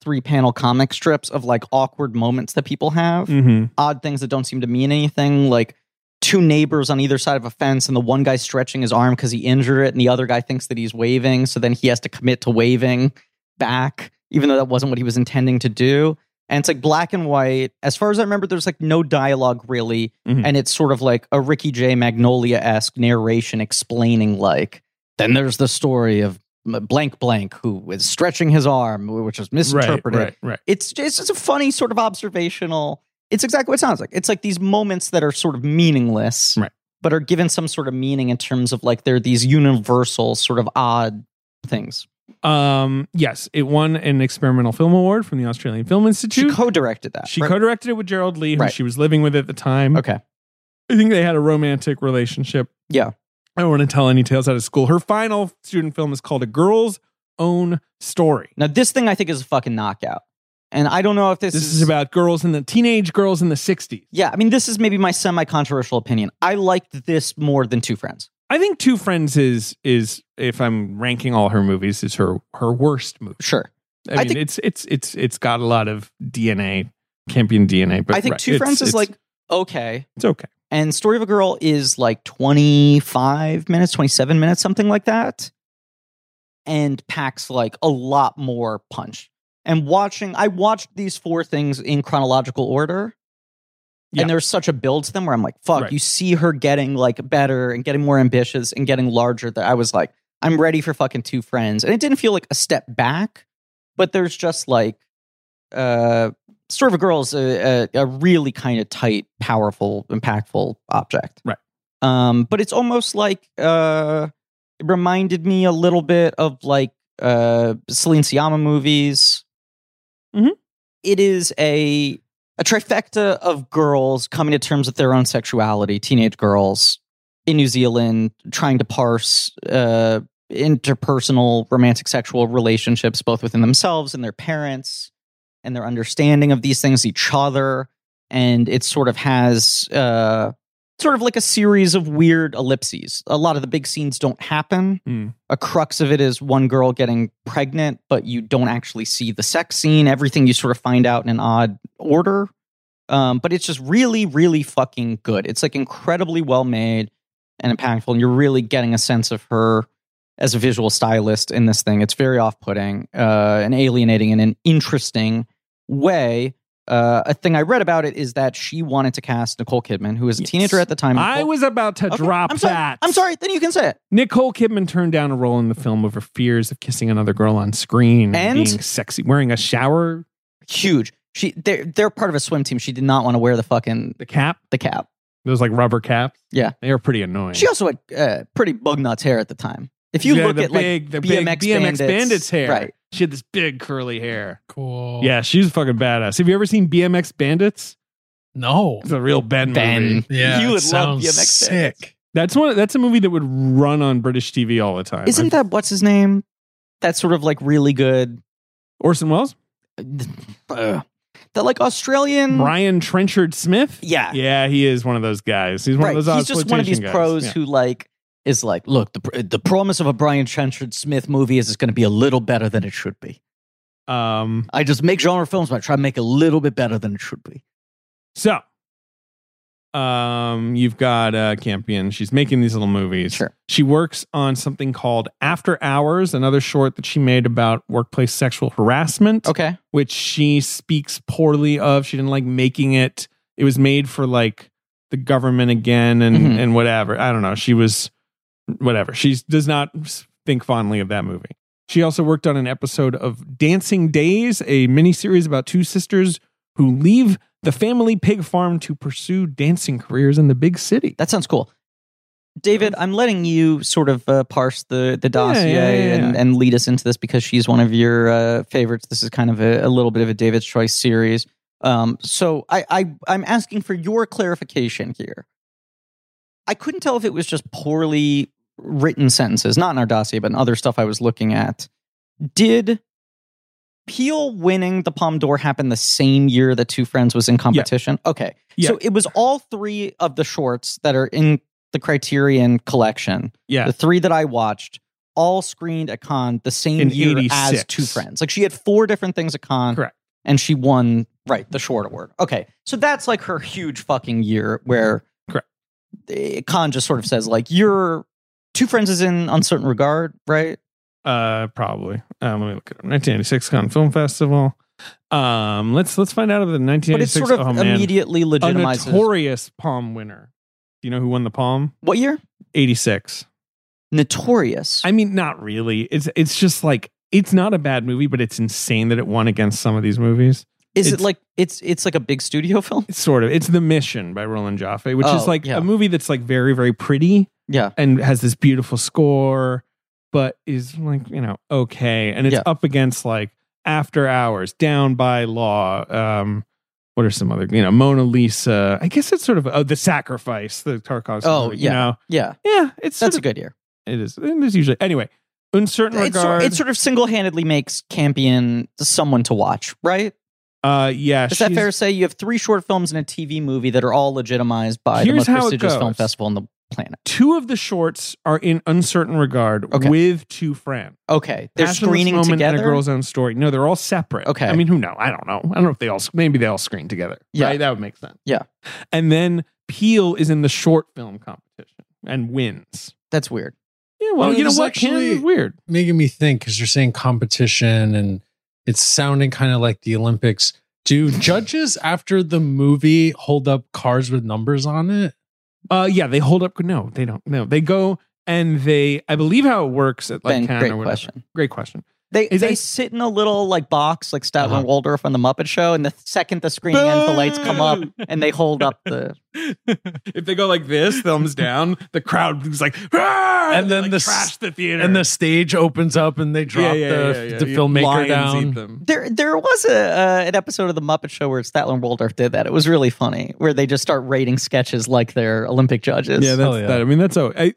three panel comic strips of like awkward moments that people have,
hmm
odd things that don't seem to mean anything, like two neighbors on either side of a fence, and the one guy stretching his arm because he injured it, and the other guy thinks that he's waving, so then he has to commit to waving back, even though that wasn't what he was intending to do. And it's like black and white. As far as I remember, there's like no dialogue really
Mhm.
and it's sort of like a Ricky J. Magnolia esque narration explaining, like, then there's the story of m- blank blank who is stretching his arm, which is
Right,
misinterpreted.
right, right.
It's it's just a funny sort of observational. It's exactly what it sounds like. It's like these moments that are sort of meaningless,
Right.
but are given some sort of meaning in terms of like they're these universal sort of odd things.
Um, yes, it won an experimental film award from the Australian Film
She
Institute.
co-directed that.
She
right?
co-directed it with Gerald Lee, who
Right.
she was living with at the time.
okay.
I think they had a romantic relationship.
Yeah.
I don't want to tell any tales out of school. Her final student film is called A Girl's Own Story.
Now this thing I think is a fucking knockout, and I don't know if this,
This is about girls in the teenage girls in the 60s.
Yeah, I mean, this is maybe my semi-controversial opinion. I liked this more than Two Friends.
I think Two Friends is is if I'm ranking all her movies is her her worst movie.
Sure,
I,
I
mean
think-
it's it's it's it's got a lot of DNA, Campion DNA, but
I think
right,
Two
it's-
Friends is
it's-
like okay,
it's okay.
and Story of a Girl is like twenty-five minutes, twenty-seven minutes, something like that, and packs like a lot more punch. And watching, I watched these four things in chronological order.
Yeah.
And there's such a build to them where I'm like, fuck,
Right.
you see her getting like better and getting more ambitious and getting larger that I was like, I'm ready for fucking two friends. And it didn't feel like a step back, but there's just like uh Sort of a Girl is a, a, a really kind of tight, powerful, impactful object.
Right.
Um, but it's almost like uh it reminded me a little bit of like uh Celine Siama movies.
Mhm.
It is a a trifecta of girls coming to terms with their own sexuality, teenage girls in New Zealand trying to parse uh, interpersonal romantic sexual relationships, both within themselves and their parents, and their understanding of these things, each other. And it sort of has uh, sort of like a series of weird ellipses. A lot of the big scenes don't happen.
Hmm.
A crux of it is one girl getting pregnant, but you don't actually see the sex scene. Everything you sort of find out in an odd order. Um, but it's just really, really fucking good. It's like incredibly well made and impactful. And you're really getting a sense of her as a visual stylist in this thing. It's very off putting uh, and alienating in an interesting way. Uh, a thing I read about it is that she wanted to cast Nicole Kidman, who was a
Yes.
teenager at the time.
I
Nicole-
was about to
oh. Okay,
drop
I'm sorry.
that.
I'm sorry. Then you can say it.
Nicole Kidman turned down a role in the film over fears of kissing another girl on screen
And?
being sexy, wearing a shower,
Huge. She they're they're part of a swim team. She did not want to wear the fucking
the cap,
the cap.
those like rubber caps.
Yeah.
they are pretty annoying.
She also had uh, pretty bug nuts hair at the time. If you
Yeah,
look
the
at like
big, the big
BMX
BMX bandits,
bandits
hair,
right.
She had this big curly hair.
Cool.
Yeah, she's fucking badass. Have you ever seen BMX Bandits?
No.
It's a real Ben,
Ben,
movie.
[laughs]
Yeah.
You
it
would love
sounds
BMX bandits.
Sick.
That's one. That's a movie that would run on British TV all the time.
isn't that what's his name? That's sort of like really good.
Orson Welles?
Uh, that like Australian.
Brian Trenchard Smith?
Yeah.
yeah, he is one of those guys. He's one
right.
of those.
He's just one of these
exploitation guys.
pros
Yeah.
who like is like, look, the pr- the promise of a Brian Trenchard Smith movie is it's going to be a little better than it should be.
Um,
I just make genre films, but I try to make it a little bit better than it should be.
so, um, you've got uh, Campion. She's making these little movies.
Sure.
She works on something called After Hours, another short that she made about workplace sexual harassment,
Okay.
which she speaks poorly of. She didn't like making it. It was made for like the government again and
Mhm.
and whatever. I don't know. She was whatever. She does not think fondly of that movie. She also worked on an episode of Dancing Days, a miniseries about two sisters who leave the family pig farm to pursue dancing careers in the big city.
That sounds cool. David, I'm letting you sort of uh, parse the, the dossier
yeah, yeah,
And,
yeah.
and lead us into this because she's one of your uh, favorites. This is kind of a, a little bit of a David's Choice series. Um, so I, I, I'm asking for your clarification here. I couldn't tell if it was just poorly written sentences, not in our dossier, but in other stuff I was looking at. Did Peel winning the Palme d'Or happen the same year that Two Friends was in competition? Okay.
Yeah.
So it was all three of the shorts that are in the Criterion collection,
Yeah.
the three that I watched, all screened at Cannes the same
In
year
86.
as Two Friends. Like she had four different things at Cannes.
Correct.
And she won, right, the short award. Okay. So that's like her huge fucking year where
Correct.
eh, Cannes just sort of says, like, your Two Friends is in uncertain regard, right?
Uh probably. Um, let me look at it. 1986 Cannes Film Festival. Um, let's let's find out of the
But it's
1986
sort of
oh, man.
immediately
a
legitimizes.
notorious palm winner. Do you know who won the palm?
what year?
86.
Notorious.
I mean, not really. It's it's just like it's not a bad movie, but it's insane that it won against some of these movies.
is it
it's-
like it's it's like a big studio [laughs] film?
It's sort of it's The Mission by Roland Jaffe, which
Oh,
is like
yeah.
a movie that's like very very pretty
Yeah.
and has this beautiful score, but is like you know okay, and it's
Yeah.
up against like After Hours, Down by Law. Um, what are some other you know Mona Lisa? I guess it's sort of oh, The Sacrifice, the Tarkovsky.
Oh,
movie,
yeah.
you know?
Yeah.
yeah, it's sort
That's a
of
good year.
It is. It is usually anyway. Uncertain
It sort,
regard.
it sort of single handedly makes Campion someone to watch, right?
uh, yeah.
Is that
she's-
fair to say? You have three short films and a TV movie that are all legitimized by the
Here's
most
how it
prestigious film
goes.
festival on the planet.
Two of the shorts are in uncertain regard
Okay.
with two friends.
Okay, they're
Passionless
screening
moment
together.
And a girl's own story. No, they're all separate.
Okay.
I mean, who know? I don't know. I don't know if they all. Maybe they all screen together.
Yeah.
Right? That would make sense.
Yeah.
And then Peel is in the short film competition and wins.
That's weird.
Yeah. Well,
Oh,
you know
this
what? Ken?
actually-
weird.
Making me think because you're saying competition and it's sounding kind of like the Olympics. Do judges after the movie hold up cards with numbers on it?
Uh, yeah. They hold up. No, they don't. No, they go. and they, I believe, how it works at like
Ben,
Cannes
great
or whatever.
question.
Great question.
They
Is
they
that-
sit in a little like box like Statler
Uh-huh.
and Waldorf on the Muppet Show, and the second the screening ends, the lights come up
Boo!
and they hold up
[laughs]
the.
if they go like this, thumbs down, the crowd is like, "Rah!"
And then
like,
the s-
trash the theater
and the stage opens up and they drop the, the filmmaker down.
Them.
There there was a uh, an episode of the Muppet Show where Statler and Waldorf did that. It was really funny, where they just start rating sketches like they're Olympic judges.
Yeah, that's
Hell yeah.
that. I mean, that's so. I,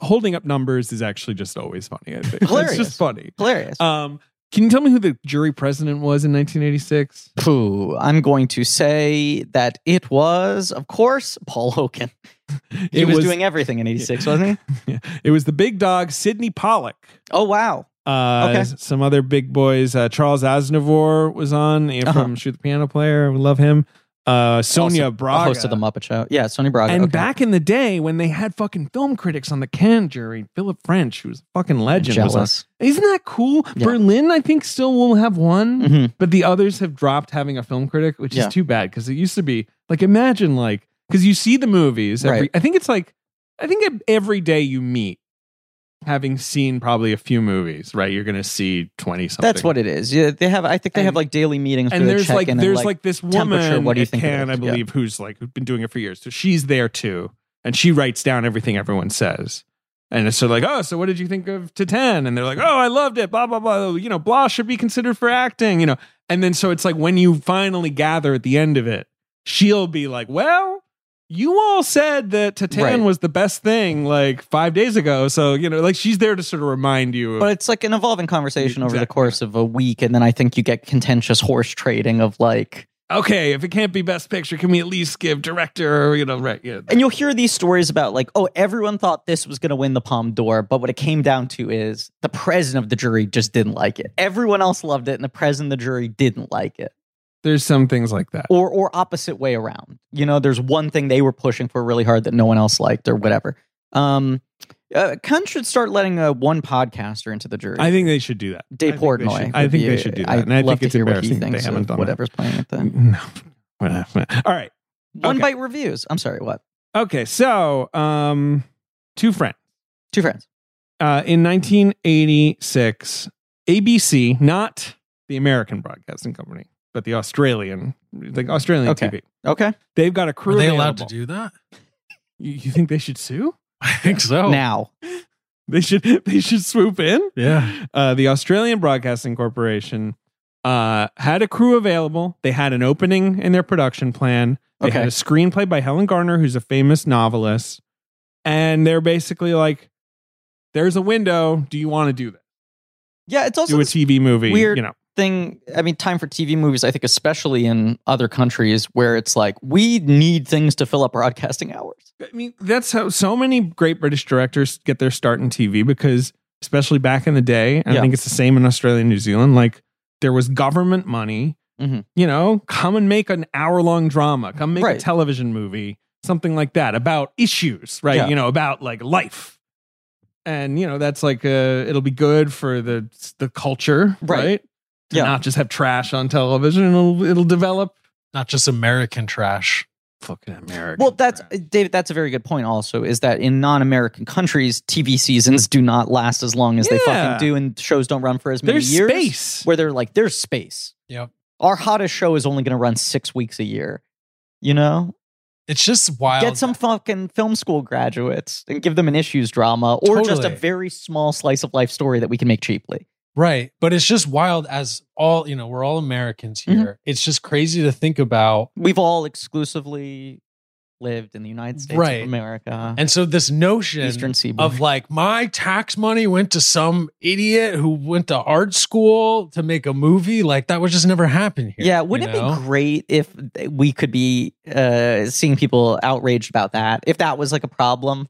holding up numbers is actually just always funny. I think. it's
Hilarious.
just funny.
hilarious.
Um, can you tell me who the jury president was in 1986?
Pooh, I'm going to say that it was, of course, Paul
[laughs]
Hogan. He was, doing everything in '86, wasn't he?
[laughs] Yeah. It was the big dog Sidney Pollock.
Oh wow,
Uh,
Okay.
Some other big boys. Uh, Charles Aznavour was on you know, from Shoot the Piano Player. We love him. Uh, Sonia
Also-
Braga.
host of the Muppet Show. Yeah, Sonny Braga.
And
okay.
back in the day when they had fucking film critics on the Cannes jury, Philip French, who was a fucking legend, was on.
jealous.
Isn't that cool?
Yeah.
Berlin, I think, still will have one,
Mhm.
but the others have dropped having a film critic, which
Yeah.
is too bad because it used to be like imagine like because you see the movies. Every,
Right.
I think it's like I think ev- every day you meet, having seen probably a few movies, right? You're gonna see twenty something.
That's what it is. Yeah, they have. I think they
And-
have like daily meetings. where
And
they
there's
check
like
in
there's
and,
like, this
temperature,
woman
what do you
at
think it
Cannes,
is?
I
Yeah.
believe, who's like who's been doing it for years. So she's there too, and she writes down everything everyone says. And it's sort of like, oh, so what did you think of Titan? And they're like, oh, I loved it. Blah blah blah. You know, blah should be considered for acting. You know, and then so it's like when you finally gather at the end of it, she'll be like, well. You all said that Titan
Right.
was the best thing like five days ago. So, you know, like she's there to sort of remind you. Of,
But it's like an evolving conversation over the
Exactly.
course of a week, and then I think you get contentious horse trading of like,
okay, if it can't be best picture, can we at least give director or, you know, right. Yeah.
and you'll hear these stories about like, oh, everyone thought this was going to win the Palme d'Or, but what it came down to is the president of the jury just didn't like it. Everyone else loved it, and the president of the jury didn't like it,
There's some things like that.
or or opposite way around. You know, there's one thing they were pushing for really hard that no one else liked, or whatever. Um, uh, Khan should start letting uh, one podcaster into the jury.
I think they should do that.
Dave
I think they
Portnoy.
should- I
would
think
be-
they should do that.
I'd
and I
love
think it's
to hear what he
embarrassing they
thinks
haven't
of
done
whatever's playing at
that.
the
[laughs] No. [laughs] Whatever. All right.
one
Okay.
bite reviews. I'm sorry, what?
Okay. So, um, two friends.
Two friends.
Uh, in 1986, ABC, not the American Broadcasting Company, but the Australian, the Australian
Okay.
TV.
Okay.
They've got a crew.
Are they allowed to
available.
do that? [laughs]
You, you think they should sue?
I think
Oh.
so.
Now,
They should. [laughs] They should swoop in.
Yeah.
uh, the Australian Broadcasting Corporation uh, had a crew available. They had an opening in their production plan. They
Okay.
had a screenplay by Helen Garner, who's a famous novelist. And they're basically like, there's a window. Do you want to do that?
yeah, it's also
Do a
this
TV movie.
weird-
You know,
thing. I mean, time for TV movies. I think, especially in other countries, where it's like we need things to fill up broadcasting hours.
I mean, that's how so many great British directors get their start in TV because, especially back in the day, and I
Yeah.
think it's the same in Australia and New Zealand, like there was government money.
Mhm.
You know, come and make an hour long drama, come make a
Right.
television movie, something like that about issues, right?
Yeah.
You know, about like life. And, you know, that's like, uh, it'll be good for the, the culture, right?
Right.
To
Yeah.
not just have trash on television, it'll, it'll develop.
Not just American trash.
Fucking America.
Well, that's uh, David. That's a very good point. Also, is that in non-American countries, TV seasons do not last as long as they
Yeah.
fucking do, and shows don't run for as many
there's
years.
space.
Where they're like, there's space.
Yep.
Our hottest show is only going to run six weeks a year. You know,
It's just wild.
get some fucking film school graduates and give them an issues drama or just a
Totally.
very small slice of life story that we can make cheaply.
Right. But it's just wild as all, you know, we're all Americans
Mm-hmm.
here. It's just crazy to think about.
We've all exclusively lived in the United States
Right.
of America,
And so this notion
Eastern Seaboard.
of like my tax money went to some idiot who went to art school to make a movie, like that would just never happen here.
yeah, wouldn't
you know?
it be great if th- we could be uh, seeing people outraged about that? If that was like a problem,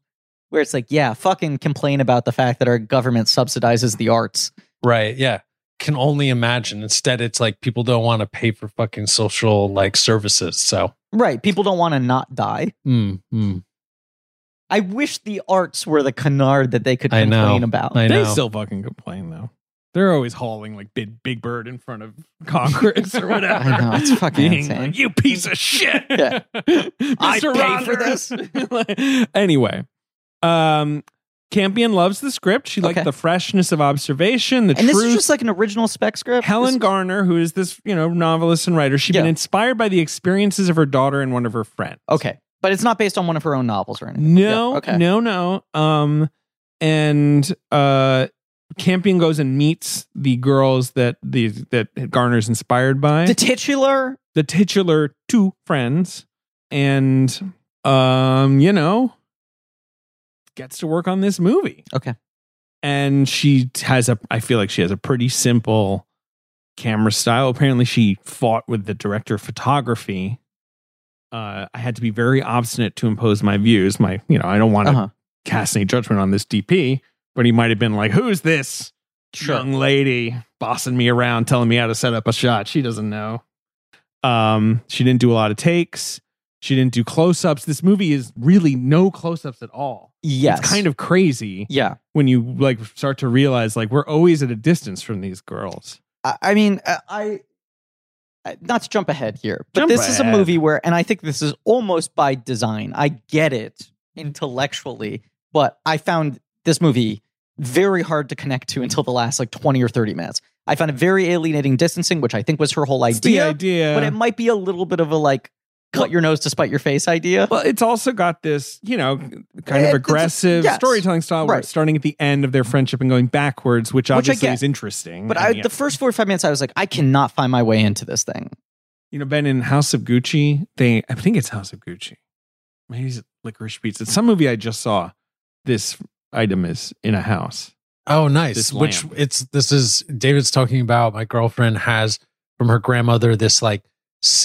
where it's like, yeah, fucking complain about the fact that our government subsidizes the arts.
Right. Yeah. Can only imagine. Instead, it's like people don't want to pay for fucking social like services. So,
Right. People don't want to not die.
mm, mm,
I wish the arts were the canard that they could
I know.
complain about.
I
They
know.
still fucking complain though. They're always hauling like big Big Bird in front of [laughs] Congress or whatever.
I know, it's fucking
Being
insane.
like, you piece of shit.
[laughs]
[laughs]
Yeah.
Mr.
I pay for
[laughs] Rogers. anyway, um, Campion loves the script. She liked
Okay.
the freshness of observation, the
And this
truth.
is just like an original spec script.
Helen
This-
Garner, who is this, you know, novelist and writer, she'd been
Yeah.
inspired by the experiences of her daughter and one of her friends.
Okay, but it's not based on one of her own novels or anything.
No,
Yeah, okay.
no, no. Um, and uh, Campion goes and meets the girls that the that Garner's inspired by
The titular.
the titular two friends, and um, you know, gets to work on this movie.
Okay.
and she has a. I feel like she has a pretty simple camera style. Apparently, she fought with the director of photography. Uh, I had to be very obstinate to impose my views. My, you know, I don't want to
Uh-huh.
cast any judgment on this DP, but he might have been like, "Who's this young lady bossing me around, telling me how to set up a shot? She doesn't know." Um, she didn't do a lot of takes. She didn't do close-ups. This movie is really no close-ups at all.
Yes.
It's kind of crazy
Yeah.
when you like start to realize like we're always at a distance from these girls.
I, I mean, uh, I, I not to jump ahead here, but
Jump
this is a
ahead.
movie where, and I think this is almost by design. I get it intellectually, but I found this movie very hard to connect to until the last like twenty or thirty minutes. I found it very alienating, distancing, which I think was her whole
It's the
idea.
idea.
But it might be a little bit of a like cut your nose to spite your face idea.
Well, it's also got this, you know, kind
It-
of
it's-
aggressive
yes.
storytelling style where
Right.
it's starting at the end of their friendship and going backwards, which
I
obviously
get.
is interesting.
But
And
I,
yet-
the first four or five minutes, I was like, I cannot find my way into this thing.
you know, Ben in House of Gucci, they I think it's House of Gucci. Maybe it's Licorice Pizza. It's some movie I just saw. This item is in a house.
Oh, nice.
This
Which
lamp.
it's this is David's talking about. My girlfriend has from her grandmother this like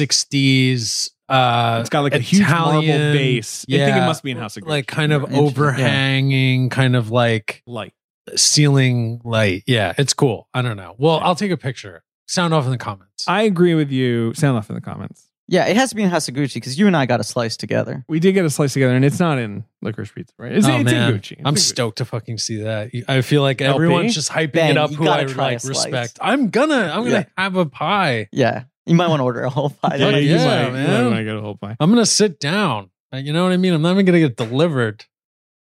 '60s. Uh,
it's got like a huge marble
Italian-
base. I think it must be in House of Gucci.
like kind of
Yeah.
overhanging, kind of like
light.
ceiling light. Yeah, it's cool. I don't know. Well, I'll take a picture. Sound off in the comments.
I agree with you. Sound off in the comments.
Yeah, it has to be in Hasaguchi because you and I got a slice together.
We did get a slice together, and it's not in Licorice Pizza, right? It's,
Oh,
it's
man.
in Gucci. It's
I'm
in Gucci.
stoked to fucking see that. I feel like
LP?
everyone's just hyping
Ben,
it up.
you
Who I
gotta try a
like
slice.
respect. I'm gonna. I'm gonna have a pie.
Yeah, you might want to order a whole pie.
Yeah, you
Yeah,
might,
man.
I get a whole pie.
I'm gonna sit down. Uh, You know what I mean? I'm not even gonna get delivered.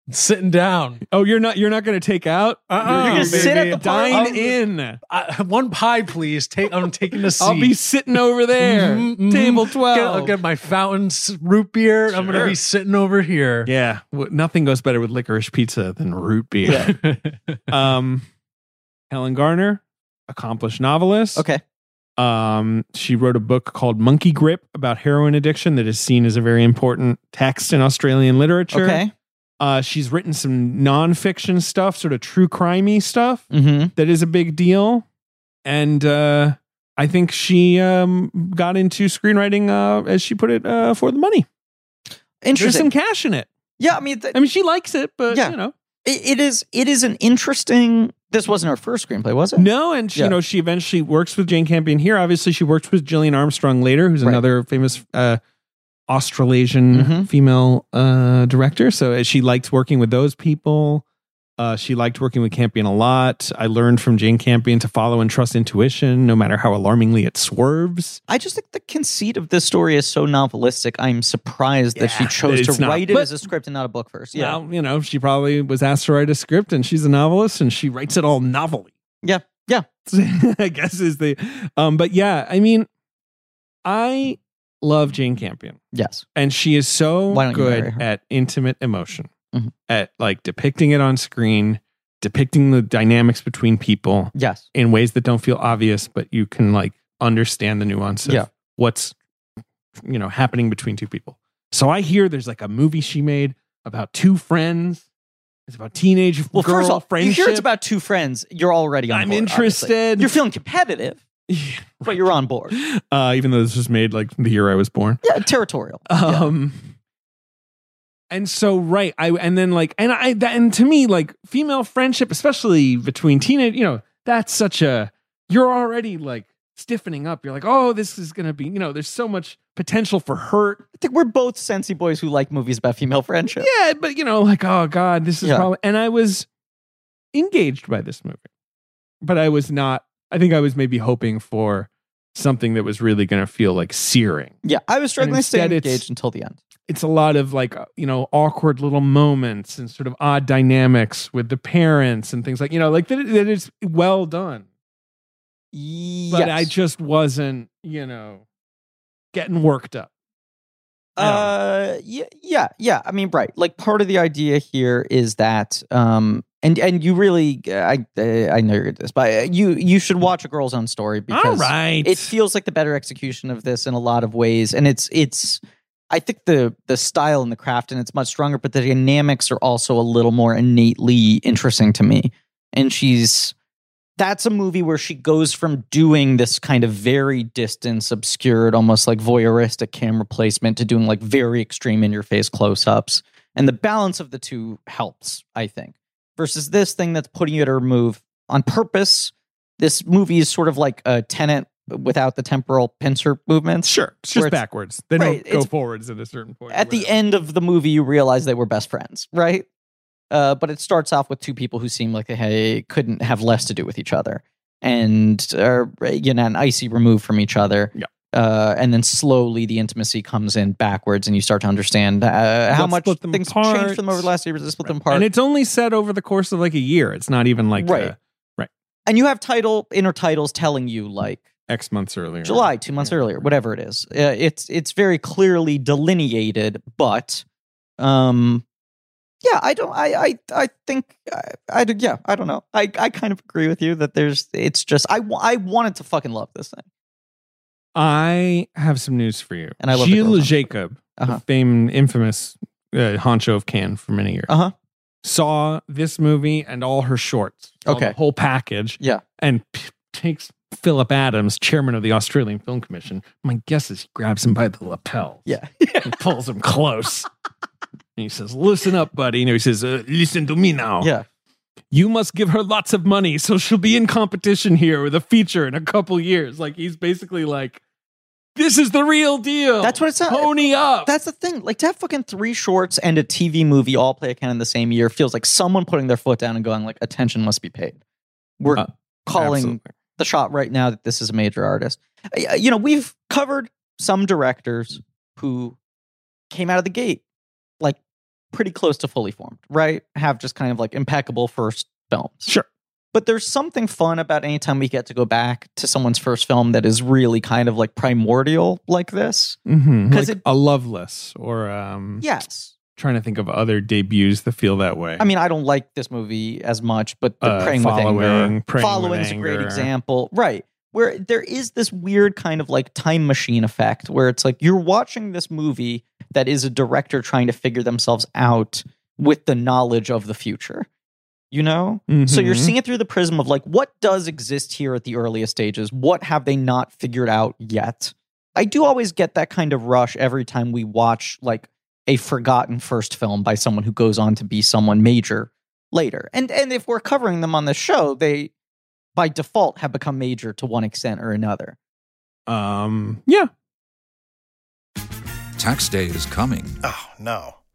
I'm sitting down.
Oh, you're not. You're not going to take out.
Uh-uh,
You're gonna sit at the party.
dine
I'm-
in.
I, [laughs] one pie, please. Take. I'm taking a
[laughs]
seat.
I'll be sitting over there,
Mhm, mhm.
table
Get-
twelve.
I'll get my fountain s- root beer. I'm gonna
Sure.
be sitting over here.
Yeah, w- nothing goes better with licorice pizza than root
[laughs]
beer. [laughs] um, Helen Garner, accomplished novelist.
Okay.
Um, she wrote a book called Monkey Grip about heroin addiction that is seen as a very important text in Australian literature.
Okay.
Uh, she's written some nonfiction stuff, sort of true crimey stuff
Mm-hmm.
that is a big deal. And uh, I think she um, got into screenwriting, uh, as she put it, uh, for the money. There's
Interesting.
some cash in it.
yeah, I mean, th-
I mean, she likes it, but
Yeah.
you know.
it it is. It is an interesting. This wasn't her first screenplay, was it?
No, and she,
Yeah.
you know she eventually works with Jane Campion here. Obviously, she works with Gillian Armstrong later, who's
Right.
another famous uh, Australasian
Mhm.
female uh, director. So uh, she liked working with those people. Uh, she liked working with Campion a lot. I learned from Jane Campion to follow and trust intuition, no matter how alarmingly it swerves.
I just think the conceit of this story is so novelistic. I'm surprised that she
Yeah,
chose
it's
to
not-
write it
but-
as a script and not a book first. Yeah.
Yeah, you know she probably was asked to write a script, and she's a novelist, and she writes it all novelly. [laughs]
Yeah. Yeah.
I guess is the, um, but yeah, I mean, I love Jane Campion.
Yes.
and she is
Why
so
don't you marry
good
her?
at intimate emotion
Mhm.
at like depicting it on screen depicting the dynamics between people
Yes.
in ways that don't feel obvious but you can like understand the nuance of
Yeah.
what's you know happening between two people so i hear there's like a movie she made about two friends it's about teenage
Well,
girl
first of all,
friendship
you hear it's about two friends. You're already on.
i'm
board, obviously.
interested
You're feeling competitive, but you're on
[laughs]
board.
[laughs] uh, even though this was made like the year i was born
Yeah, territorial. Yeah.
um and so right i and then like and i that and to me like female friendship especially between teenage you know that's such a you're already like stiffening up you're like oh this is gonna be you know there's so much potential for hurt
I think we're both sensey boys who like movies about female friendship.
yeah but you know like oh god this is
Yeah.
probably and i was engaged by this movie but i was not i think i was maybe hoping for something that was really gonna feel like searing
Yeah, I was struggling to stay
instead it's-
engaged until the end.
it's a lot of like uh, you know awkward little moments and sort of odd dynamics with the parents and things like you know like that, that is well done but
Yes.
i just wasn't you know getting worked up I don't know.
Uh, yeah, yeah, yeah. I mean, right. Like part of the idea here is that, um, and and you really, I I know you're good at this, but uh, you you should watch a girl's own story
all
because
right
it feels like the better execution of this in a lot of ways, and it's it's. I think the the style and the craft and it's much stronger, but the dynamics are also a little more innately interesting to me. And she's that's a movie where she goes from doing this kind of very distance, obscured, almost like voyeuristic camera placement to doing like very extreme in your face close ups. And the balance of the two helps, I think, versus this thing that's putting you at a remove on purpose. This movie is sort of like a tenant without the temporal pincer movements.
sure it's
where
just
it's-
backwards they
right,
don't go
it's-
forwards at a certain point or
At the
whatever.
end of the movie, you realize they were best friends, right? Uh, but it starts off with two people who seem like they ha- couldn't have less to do with each other, and are you know an icy remove from each other.
Yeah.
Uh, and then slowly the intimacy comes in backwards, and you start to understand uh, how
Let's
much
split them
things changed
apart.
from over the last years. Let's Split them
Right.
apart,
and it's only set over the course of like a year it's not even like
Right.
uh,
And you have title inner titles telling you like
x months earlier
July, two months earlier, whatever it is. Uh, it's it's very clearly delineated, but um, yeah, I don't, I I I think I, I do- yeah, I don't know. I I kind of agree with you that there's it's just I wa- I wanted to fucking love this thing.
I have some news for you.
And I love the
Gilles
girls on-
Jacob,
Uh-huh.
the famed, infamous uh, honcho of Cannes for many years,
Uh-huh.
saw this movie and all her shorts, saw
Okay.
the whole package,
Yeah.
and p- takes Philip Adams, chairman of the Australian Film Commission. My guess is he grabs him by
[laughs]
the lapel,
Yeah.
and pulls him close, and he says, "Listen up, buddy." And he says, uh, "Listen to me
Oh.
now."
Yeah.
you must give her lots of money so she'll be in competition here with a feature in a couple years. Like he's basically like, this is the real deal.
That's what it
Oh,
sounds-
Pony up.
That's the thing. Like to have fucking three shorts and a TV movie all play a can in the same year feels like someone putting their foot down and going like attention must be paid. We're
Uh,
calling
Absolutely.
the shot right now that this is a major artist. Uh, You know, we've covered some directors who came out of the gate like pretty close to fully formed, right? Have just kind of like impeccable first films.
Sure.
But there's something fun about anytime we get to go back to someone's first film that is really kind of like primordial like this.
Mhm.
'Cause
Like
it-
a Loveless or um,
Yes.
trying to think of other debuts that feel that way.
I mean, I don't like this movie as much, but the
Uh,
praying with anger,
Following, Praying with
following is a great
Anger.
example, right? Where there is this weird kind of like time machine effect, where it's like you're watching this movie that is a director trying to figure themselves out with the knowledge of the future, you know. So you're
Mm-hmm.
Mhm.
seeing it through the prism of like what does exist here at the earliest stages? What have they not figured out yet? I do always get that kind of rush every time we watch like a forgotten first film by someone who goes on to be someone major later. And and if we're covering them on the show, they by default have become major to one extent or another.
um, yeah,
Tax day is coming.
Oh, no.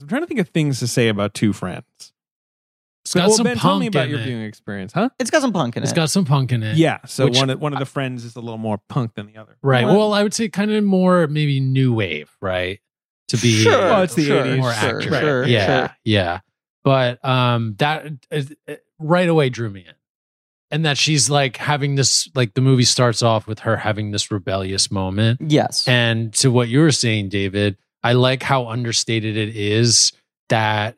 I'm trying to think of things to say about two friends.
It's got
well,
some
ben,
punk
tell me about
in
your
it.
viewing experience, huh?
It's got some punk in
It's
it.
got some punk in it.
Yeah. So
Which-
one of, one of the friends is a little more punk than the other.
Right.
Well-
Well, I would say kind of more maybe new wave, right? To be
Sure,
Well, it's the
sure,
80s,
Sure,
more
sure,
accurate.
sure,
yeah, yeah. But um, that it, it right away drew me in, and that she's like having this like the movie starts off with her having this rebellious moment,
Yes.
and to what you were saying, David, I like how understated it is that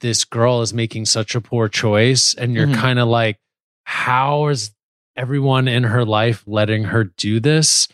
this girl is making such a poor choice, and you're
Mhm.
kind of like, how is everyone in her life letting her do this?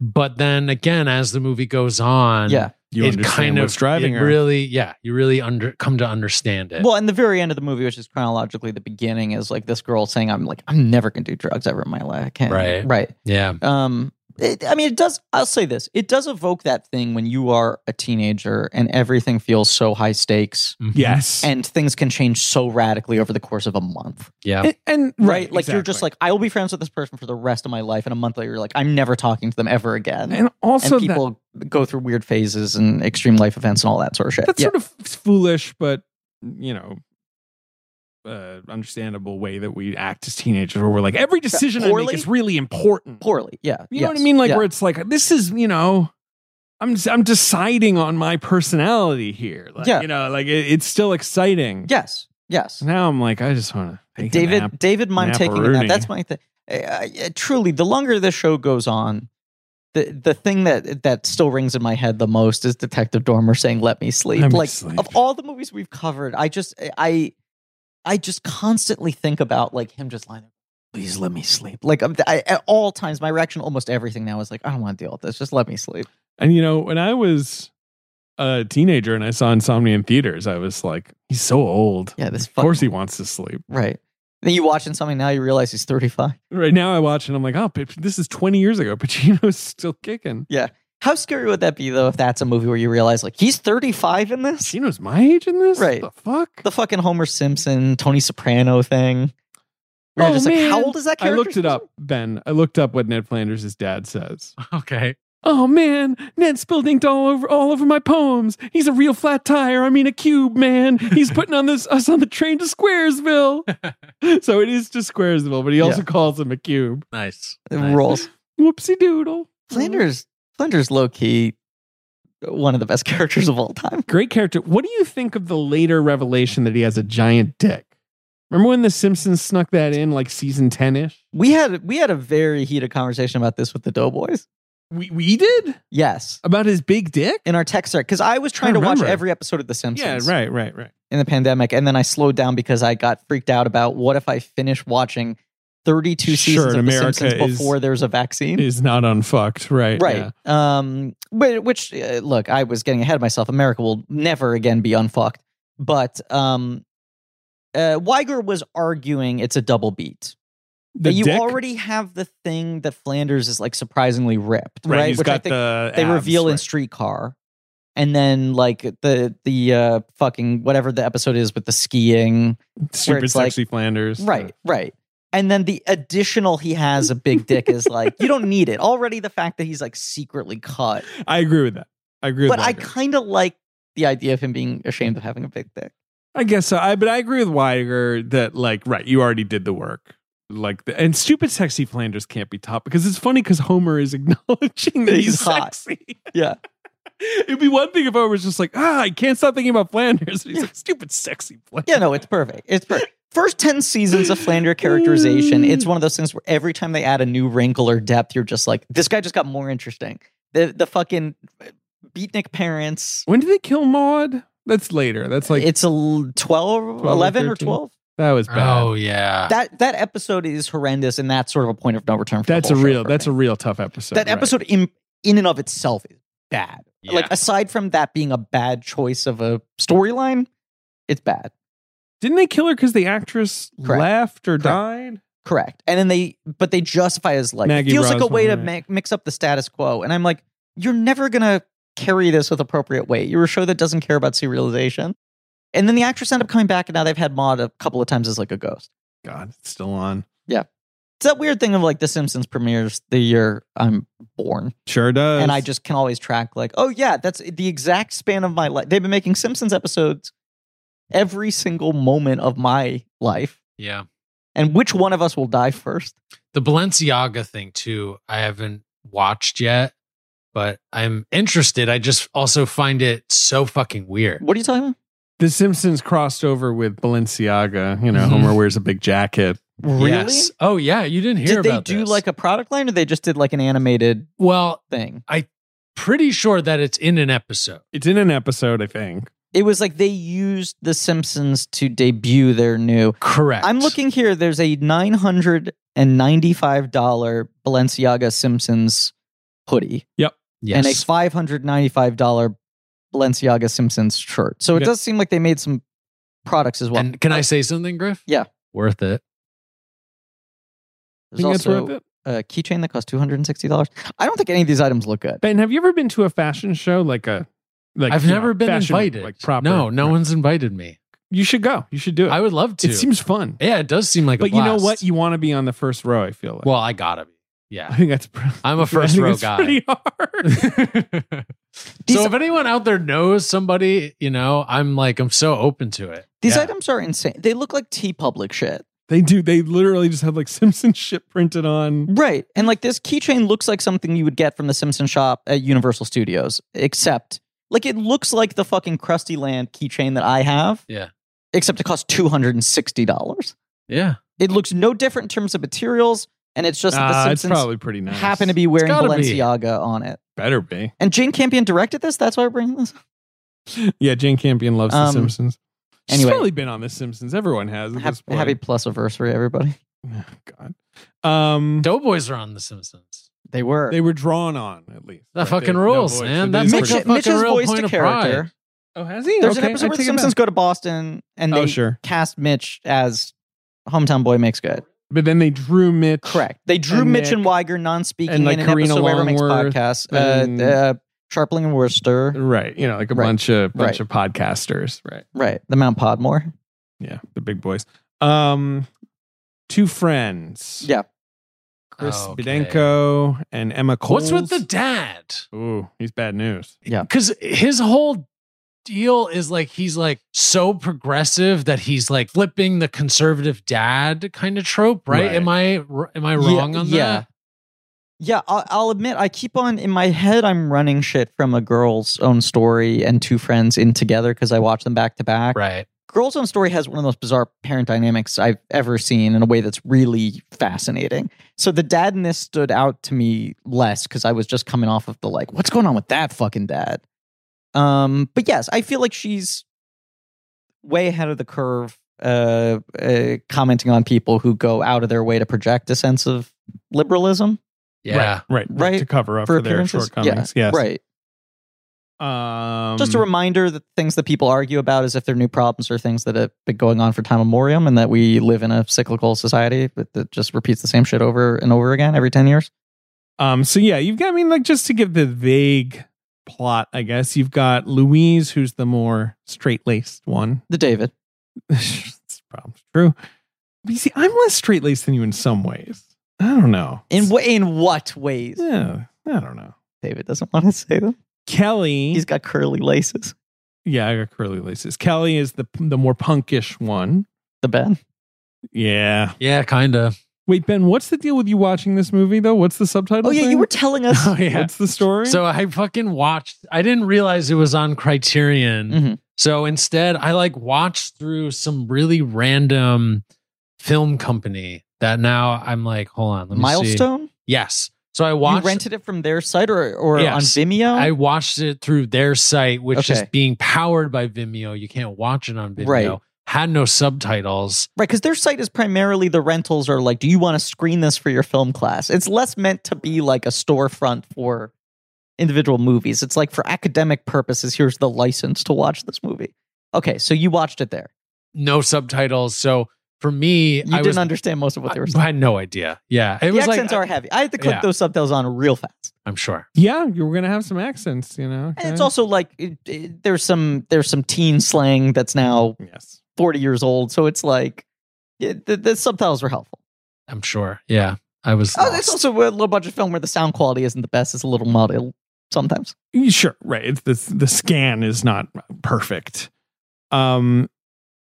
But then again, as the movie goes on,
yeah.
You understand what's driving
it
her.
Really, yeah, you really under come to understand it.
Well, and the very end of the movie, which is chronologically the beginning, is like this girl saying, "I'm like, I'm never gonna do drugs ever in my life." I can't.
Right.
Right.
yeah,
Um. it- I mean, it does. I'll say this: it does evoke that thing when you are a teenager and everything feels so high stakes,
Yes.
and things can change so radically over the course of a month,
Yeah.
[laughs] and, and-
right? like you're just
exactly.
like, I will be friends with this person for the rest of my life, and a month later, you're like, I'm never talking to them ever again.
and also
and
that-
people go through weird phases and extreme life events and all that sort of shit.
that's
Yeah.
sort of foolish, but you know, uh, understandable way that we act as teenagers, where we're like every decision I make
poorly?
is really important.
poorly. Yeah,
You know what I
yes,
mean? Like
yeah.
where it's like this is you know, I'm I'm deciding on my personality here. Like,
Yeah.
you know, like it, it's still exciting.
yes, yes.
Now I'm like I just want to
David, David, mind taking a
Naparuni.
nap. That's my thing. Uh, uh, truly, the longer this show goes on, the the thing that that still rings in my head the most is Detective Dormer saying, "Let me sleep."
Let me
like
sleep.
of all the movies we've covered, I just I I just constantly think about like him just lying. there, Please let me sleep. Like I'm, I, at all times, my reaction to almost everything now is like, I don't want to deal with this. Just let me sleep.
And you know, when I was a teenager and I saw Insomnia in theaters, I was like, he's so old.
Yeah, this.
Of course, he wants to sleep.
Right. Then you watching something now, you realize he's 35.
Right now, I watch and I'm like, oh, P- this is 20 years ago. [laughs] Pacino's still kicking.
How scary would that be though if that's a movie where you realize like he's 35 in this?
Pacino's my age in this?
Right.
The fuck?
The fucking Homer Simpson, Tony Soprano thing. Where you're
Oh,
just like,
man.
how old is that
I
character?
looked it up, Ben. I looked up what Ned Flanders'
[laughs]
dad says.
Okay.
Oh man, Ned spilled ink all over all over my poems. He's a real flat tire. I mean, a cube
[laughs]
man. He's putting on this us on the train to Squaresville. so it is to Squaresville, but he also
Yeah.
calls him a cube.
Nice.
It
[laughs]
Nice.
rolls.
Whoopsie doodle.
Flanders, Flanders low key, one of the best [laughs] characters of all time.
great character. What do you think of the later revelation that he has a giant dick? Remember when The Simpsons snuck that in, like season ten ish?
We had we had a very heated conversation about this with the Doughboys.
We we did
Yes.
about his big dick.
In our text thread, because I was trying to watch
remember.
every episode of The Simpsons
Yeah, right, right, right.
in the pandemic, and then I slowed down because I got freaked out about what if I finish watching 32
Sure,
seasons
and
of The
America
Simpsons
is-
before there's a vaccine.
Is not unfucked, right?
right um whi- which uh, look i was getting ahead of myself america will never again be unfucked but um uh weiger was arguing it's a double beat
The
That you
dick?
already have the thing that flanders is like surprisingly ripped
right.
right,
he's
which
got
i think
the
they
abs,
reveal in
right.
streetcar and then like the the uh fucking whatever the episode is with the skiing
stupid
it's like-
sexy Flanders.
Right, right. And then the additional he has a big dick is like you don't need it. Already the fact that he's like secretly cut.
Yeah. I agree with that. I agree.
but
with
I
Weiger.
kind of like the idea of him being ashamed of having a big dick.
I guess so. I but I agree with Weiger that like right, you already did the work. Like the, and stupid sexy Flanders can't be top because it's funny because Homer is [laughs] acknowledging that he's,
He's hot.
sexy.
Yeah.
[laughs] It'd be one thing if Homer was just like, ah, I can't stop thinking about Flanders. [laughs] And he's like, stupid sexy Flanders.
Yeah, no, it's perfect. It's
[laughs]
perfect. First 10 seasons of Flander characterization, it's one of those things where every time they add a new wrinkle or depth, you're just like, this guy just got more interesting. The the fucking uh, beatnik parents.
When did they kill Maud? That's later. That's like
it's a l- 12,
12,
11 or
13.
12.
that was bad.
Oh yeah.
That that episode is horrendous, and that's sort of a point of no return. For the
that's a
whole show
real
for
that's
me.
a real tough episode.
that
right.
episode in in and of itself is bad.
Yeah.
Like aside from that being a bad choice of a storyline, it's bad.
Didn't they kill her because the actress
Correct.
left or
Correct.
died?
Correct. And then they, but they justify as like,
Maggie
feels like a
Roswell,
way to
right.
mi- mix up the status quo. And I'm like, you're never going to carry this with appropriate weight. You're a show that doesn't care about serialization. And then the actress ended up coming back, and now they've had Maud a couple of times as like a ghost.
God, it's still on.
It's that weird thing of like The Simpsons premieres the year I'm born.
Sure does.
And I just can always track, like, oh, yeah, that's the exact span of my life. They've been making Simpsons episodes every single moment of my life.
yeah.
And which one of us will die first?
The Balenciaga thing too. I haven't watched yet, but I'm interested. I just also find it so fucking weird.
What are you talking about?
The Simpsons crossed over with Balenciaga. You know,
Mhm.
Homer wears a big jacket.
Really?
Yes. Oh yeah, you didn't hear
did they
about
do
this.
like a product line or they just did like an animated
well,
thing
pretty sure that it's in an episode.
It's in an episode, I think.
it was like they used the simpsons to debut their new
Correct.
i'm looking here there's a $995 balenciaga simpsons hoodie
Yes.
and a $595 balenciaga simpsons shirt so it
Yeah.
does seem like they made some products as well
and can I say something, Griff?
Yeah.
Worth it.
there's
think that's
also
worth it.
a keychain that costs two hundred and sixty dollars. I don't think any of these items look good.
Ben, have you ever been to a fashion show like a like
I've
you
never
know,
been
fashion,
invited.
Like proper.
no, no
Right.
one's invited me.
You should go. You should do it.
I would love to.
It seems fun.
yeah, it does seem like.
but
a
you know
blast.
what? You want to be on the first row. I feel like.
well, I gotta
[laughs]
be.
I
Yeah,
think that's. Pr-
I'm
[laughs]
a
I
first
think
row
it's
guy.
Pretty hard.
[laughs]
These-
so if anyone out there knows somebody, you know, I'm like I'm so open to it.
These
Yeah.
items are insane. They look like T Public shit,
they do. They literally just have like Simpson shit printed on.
right? And like this keychain looks like something you would get from the Simpson shop at Universal Studios, except like it looks like the fucking Krusty Land keychain that I have.
Yeah.
Except it costs two hundred and sixty dollars.
Yeah,
It looks no different in terms of materials, and it's just that
Ah,
the
it's
Simpsons
probably pretty nice.
happen to be wearing
gotta be.
Balenciaga on it.
better be.
And Jane Campion directed this. That's why we're bringing this.
Yeah, Jane Campion loves The
Um,
Simpsons. She's
anyway.
probably been on The Simpsons. Everyone has. At this
Happy,
point.
happy plus anniversary, everybody.
Oh, [laughs] God. Um,
Doughboys are on The Simpsons.
They were.
they were drawn on at least.
That
Like,
fucking
they-
rules,
voice.
man.
It
That's
is
Mitch-
Mitch,
pretty-
a fucking
Mitch's
real
voiced
point
a
of pride.
character.
oh, has he?
There's
Okay,
an episode
I
where the
take it back.
Simpsons go to Boston and they
Oh, sure.
cast Mitch as hometown boy makes good.
But then they drew Mitch.
Correct. They drew
And
Mitch and
Nick.
Weiger non-speaking
And, like,
in an
Karina
episode where makes
Longworth
podcasts.
and-
Uh, uh, Sharpling and Worcester.
Right. You know, like a
Right.
bunch of
Right.
bunch of podcasters. Right.
Right. The Mount Podmore.
Yeah. The big boys. Um two friends.
Yeah.
Chris
Okay.
Bidenko and Emma Coles.
What's with the dad?
Ooh, he's bad news.
Because his whole deal is like he's like so progressive that he's like flipping the conservative dad kind of trope, right?
Right.
Am I r- am I wrong
yeah,
on
yeah.
that?
Yeah, I'll, I'll admit I keep on in my head. I'm running shit from a girl's own story and two friends in together because I watch them back to back.
Right.
Girls Own Story has one of the most bizarre parent dynamics I've ever seen in a way that's really fascinating. So the dad in this stood out to me less because I was just coming off of the like, what's going on with that fucking dad? Um, but yes, I feel like she's way ahead of the curve, uh, uh, commenting on people who go out of their way to project a sense of liberalism,
Yeah.
Right.
Right.
To cover up for,
For
their
appearances?
shortcomings. Yes.
right?
Um
just a reminder that things that people argue about as if they're new problems are things that have been going on for time immemorial and that we live in a cyclical society that, that just repeats the same shit over and over again every 10 years
Um, so yeah, you've got, I mean, like just to give the vague plot, I guess, you've got Louise, who's the more straight laced one. [laughs]
the david
it's probably true. But you see, I'm less straight laced than you in some ways. I don't know.
in, w- in what ways
yeah, I don't know.
david doesn't want to say them
Kelly,
he's got curly laces
yeah, I got curly laces. Kelly is the the more punkish one.
the ben
Yeah.
Yeah, kind of.
Wait, Ben, what's the deal with you watching this movie though? What's the subtitle?
oh yeah you
[laughs] thing?
were telling
[laughs]
us
Oh yeah.
What's the story?
So I fucking watched. I didn't realize it was on Criterion.
Mhm.
So instead, I like watched through some really random film company that now I'm like, hold on, let me see.
milestone
Yes. So I
you
watched.
rented it from their site or, or on
Yes.
vimeo
I watched it through their site, which is
Okay.
being powered by Vimeo. You can't watch it on Vimeo.
Right.
Had no subtitles.
Right, because their site is primarily the rentals are like, do you want to screen this for your film class? It's less meant to be like a storefront for individual movies. It's like for academic purposes, here's the license to watch this movie. Okay, so you watched it there.
No subtitles. So for me,
You
I
didn't
was.
understand most of
[laughs]
what they were
I
saying.
had no idea. Yeah. It
The
was like,
accents are heavy. I had to click
yeah.
those subtitles on real fast.
I'm sure.
yeah, you were gonna have some accents, you know.
And it's
okay?
also like it, it- there's some there's some teen slang that's now
yes.
40 years old, so it's like it, the, the subtitles were helpful.
I'm sure. Yeah. I was.
Oh, it's
lost.
also a low budget film where the sound quality isn't the best. It's a little muddled sometimes.
Yeah, Sure, right. It's the the scan is not perfect. Um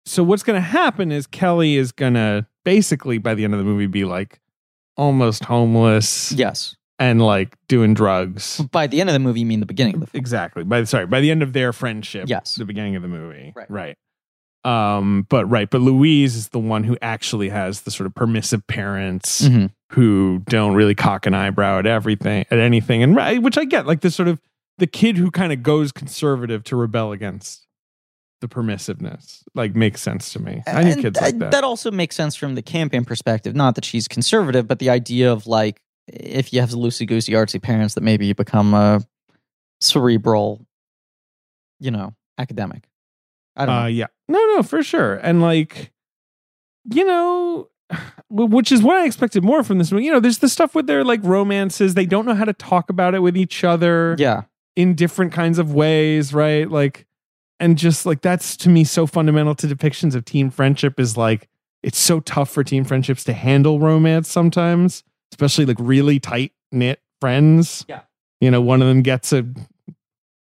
so what's going to happen is Kelly is going to basically by the end of the movie be like almost homeless
Yes.
and like doing drugs.
By the end of the movie, you mean the beginning of the film.
Exactly. By sorry, by the end of their friendship.
Yes.
The beginning of the movie.
Right.
Right. Um, but right, but Louise is the one who actually has the sort of permissive parents
Mm-hmm.
who don't really cock an eyebrow at everything at anything. And right, which I get, like this sort of the kid who kind of goes conservative to rebel against the permissiveness. Like makes sense to me. I knew
And
kids like
th-
that.
also makes sense from the campaign perspective. Not that she's conservative, but the idea of like if you have loosey goosey artsy parents, that maybe you become a cerebral, you know, academic. I don't
Uh, yeah. No, no, for sure. And like, you know, [sighs] which is what I expected more from this movie. You know, there's the stuff with their like romances. They don't know how to talk about it with each other
Yeah.
in different kinds of ways, right? Like, and just like that's to me so fundamental to depictions of teen friendship is like it's so tough for teen friendships to handle romance sometimes, especially like really tight knit friends.
Yeah.
You know, one of them gets a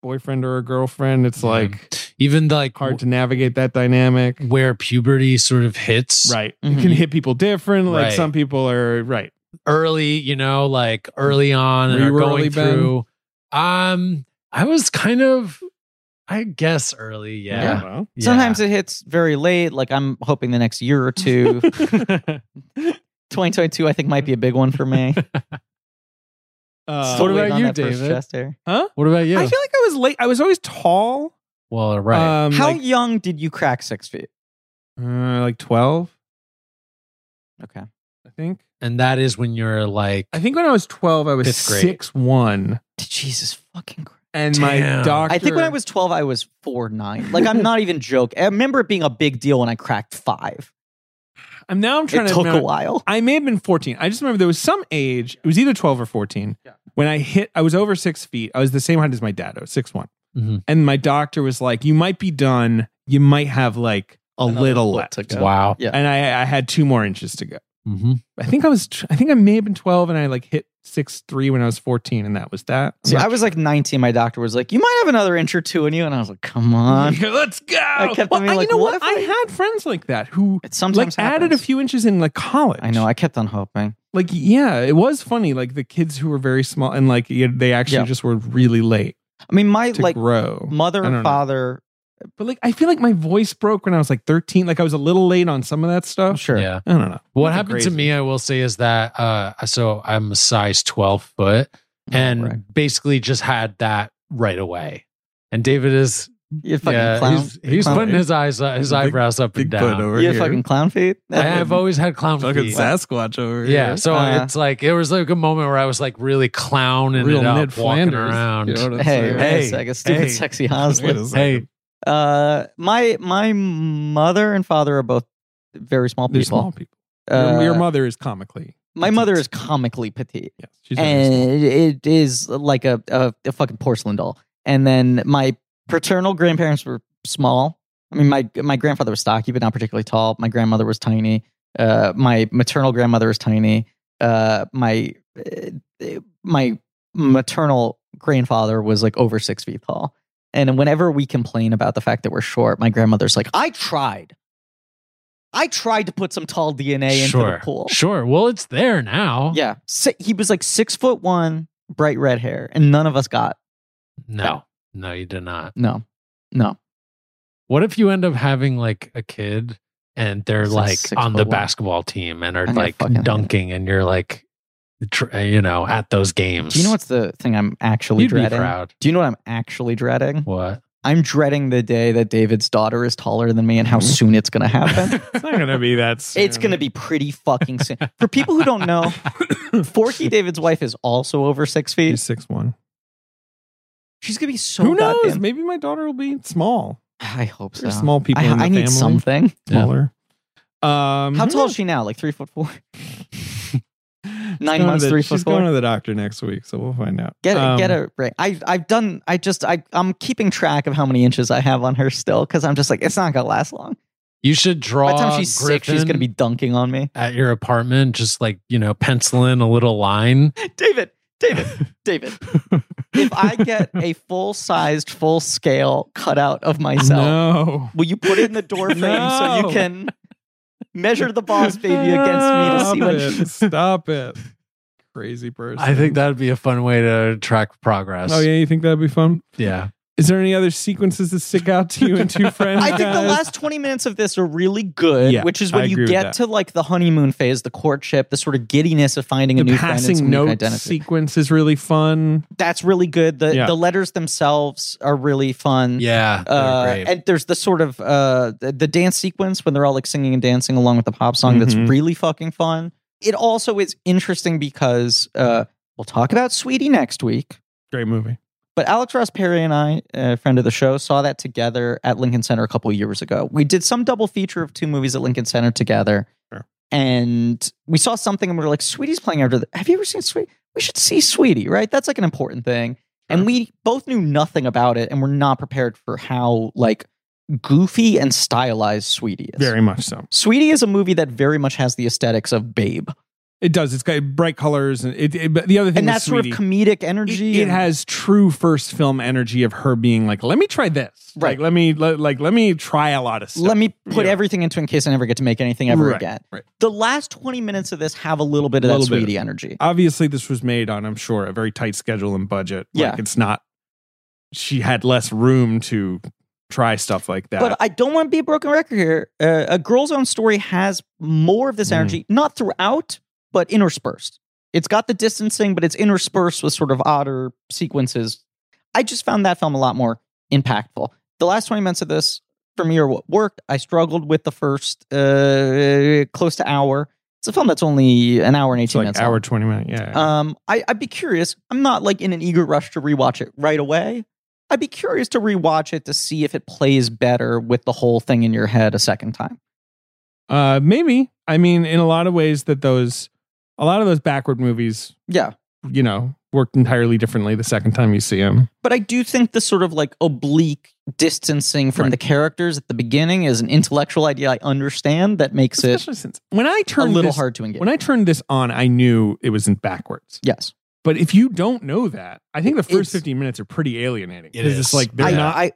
boyfriend or a girlfriend. It's
Yeah.
like
Even like
hard to navigate that dynamic.
where puberty sort of hits
Right.
Mhm.
It can hit people different. Like
Right.
some people are right.
early, you know, like early on and
Were you
are
early,
going
Ben?
through. Um, I was kind of, I guess, early. Yeah.
I
Yeah.
don't know.
Sometimes it hits very late. Like I'm hoping the next year or
[laughs]
two. 2022, I think, might be a big one for me.
Uh,
Still
What about
waiting on
you,
that first
David?
chest hair.
huh?
What about you?
I feel like I was late. I was always tall.
well, right.
Um,
How
like,
young did you crack six feet?
uh, like twelve,
Okay.
I think.
and that is when you're like,
I think when I was twelve, I was
Fifth grade.
six one,
Jesus fucking Christ.
and my
Damn.
doctor.
I think when I was 12, I was four nine. Like, I'm
[laughs]
not even joking. I remember it being a big deal when I cracked five.
I'm now I'm trying
It
to
took a
remember-
while.
I may have been 14. I just remember there was some age. It was either 12 or 14. When I hit, I was over six feet. I was the same height as my dad. I was six one.
Mm-hmm.
Mhm.
And my doctor was like, "You might be done. You might have like a
Another
little
foot
left."
to go.
wow.
Yeah.
And I, I had two more inches to go.
hmm
I think I was. tw- I think I may have been 12, and I like hit six three when I was 14, and that was that. I'm
See,
not
I was like 19. My doctor was like, You might have another inch or two in you. And I was like,
[laughs]
Come on.
[laughs] Let's go.
I kept
well,
being
I-
like,
you know
what if
what? I
I-
had friends like that who
It sometimes
like added a
happens.
few inches in like college.
I know. I kept on hoping.
Like yeah, it was funny. Like the kids who were very small and like you- they actually
Yeah.
just were really late
I mean, my
to
like
grow.
mother
I don't
and
know.
father,
But like I feel like my voice broke when I was like 13. Like I was a little late on some of that
I'm
stuff.
sure.
Yeah.
I don't know.
What
That's
happened
crazy.
to me, I will say, is that uh, so I'm a size 12 foot and
Oh, Right.
basically just had that right away. And David is,
You fucking
yeah,
clown.
he's, he's
clown.
putting his eyes, uh, his
Big-
eyebrows up and down.
You fucking clown feet?
I have always had clown feet.
Sasquatch over
Yeah, so
Uh,
it's like it was like a moment where I was like really clowning
Real
it up,
Ned
walking
Flanders.
around.
You know what I'm
Hey,
saying?
hey,
Hey,
a second. Stupid
hey.
sexy
[laughs] Wait
Hasley.
a second.
Hey,
Uh, my my mother and father are both very small
They're
people.
small people.
Uh,
your, your mother is comically.
my mother is comically petite,
Yes, she's very small.
and it is like a, a a fucking porcelain doll. And then my paternal grandparents were small. I mean, my my grandfather was stocky, but not particularly tall. My grandmother was tiny. Uh, my maternal grandmother was tiny. Uh, my uh, my maternal grandfather was like over six feet tall. And whenever we complain about the fact that we're short, my grandmother's like, "I tried, I tried to put some tall DNA into
sure,
the pool."
sure. Well, it's there now.
Yeah, si- he was like six foot one, bright red hair, and none of us got
No, no, you did not.
no, no.
What if you end up having like a kid and they're
It's like
like,
six
on
foot
the
one.
basketball team and are
I'm gonna
like
fucking hate it.
dunking and you're like, tr- uh, you know, at those games?
Do you know what's the thing I'm actually
You'd be
dreading?
proud.
Do you know what I'm actually dreading?
What?
I'm dreading the day that David's daughter is taller than me, and how soon it's going to
[laughs]
happen.
It's not gonna be
[laughs]
that. Soon.
it's going to be pretty fucking soon. For people who don't know, Forky David's wife is also over six feet.
She's six one.
She's going to be so.
Who knows?
goddamn-
Maybe my daughter will be small.
I hope so.
There's small people.
I,
in the
I need
family.
something.
Yeah.
smaller. Um,
How tall is she now? Like three foot four.
going
Nine
to
months,
the-
three
She's
foot four.
going to the doctor next week, so we'll find out.
Get
Um,
get a ring. I I've done. I just I I'm keeping track of how many inches I have on her still because I'm just like it's not gonna last long.
[laughs] You should draw.
By the time she's
Griffin
six, she's gonna be dunking on me. [laughs]
at your apartment, just like you know, pencil in a little line.
David, David, David. If I get a full sized, full scale cutout of myself,
No.
will you put it in the door frame so
[laughs] No.
you can measure the boss baby against me to see when? She,
[laughs] Stop it. Stop it. Crazy person.
I think that'd be a fun way to track progress.
Oh yeah, you think that'd be fun?
yeah.
Is there any other sequences that stick out to you
[laughs]
and two friends?
I think the
guys?
last 20 minutes of this are really good,
Yeah,
which is
I
when
agree
you
with
get
that.
to like the honeymoon phase, the courtship, the sort of giddiness of finding a
the
new friend and some
passing
new
note
identity.
sequence is really fun.
that's really good. The
Yeah.
the letters themselves are really fun.
Yeah. they're
Uh,
great.
and there's the sort of uh, the, the dance sequence when they're all like singing and dancing along with the pop song that's
Mm-hmm.
Mhm.
really fucking fun. It also is interesting because uh, we'll talk about Sweetie next week.
Great movie.
But Alex Ross Perry and I, a friend of the show, saw that together at Lincoln Center a couple years ago. We did some double feature of two movies at Lincoln Center together.
Sure.
and we saw something and we were like, Sweetie's playing after the Have you ever seen Sweetie? We should see Sweetie, right? That's like an important thing. And we both knew nothing about it and we're not prepared for how like goofy and stylized Sweetie is.
Very much so.
Sweetie is a movie that very much has the aesthetics of Babe.
It does. It's got bright colors, and it, it- but the other thing
And
with
that sort of
Sweetie-
comedic energy.
It, it
and-
has true first film energy of her being like, "Let me try this.
Right.
Like, let me let, like let me try a lot of stuff.
Let me put
Yeah.
everything into in case I never get to make anything ever
Right,
again.
right.
The last 20 minutes of this have a little bit of that
Little bit of-
Sweetie energy.
Obviously, this was made on, I'm sure, a very tight schedule and budget.
Yeah.
like, it's not. She had less room to try stuff like that.
But I don't want to be a broken record here. Uh, a girl's own story has more of this
Mm.
energy, not throughout, but interspersed. It's got the distancing, but it's interspersed with sort of odder sequences. I just found that film a lot more impactful. The last 20 minutes of this for me are what worked. I struggled with the first uh, close to hour. It's a film that's only an hour and 18
it's like
minutes.
hour
long.
twenty minute. Yeah,
Um, I, I'd be curious. I'm not like in an eager rush to rewatch it right away. I'd be curious to rewatch it to see if it plays better with the whole thing in your head a second time.
uh, maybe. I mean, in a lot of ways, that those a lot of those backward movies,
Yeah.
you know, worked entirely differently the second time you see them.
But I do think the sort of like oblique distancing from
Right.
the characters at the beginning is an intellectual idea I understand that makes it
Especially since when I
a
turned
little
this-
hard to engage.
When I turned this on, I knew it was in backwards.
yes.
But if you don't know that, I think the
It's-
first 15 minutes are pretty alienating.
It
'Cause
is.
It's like they're
I,
not
I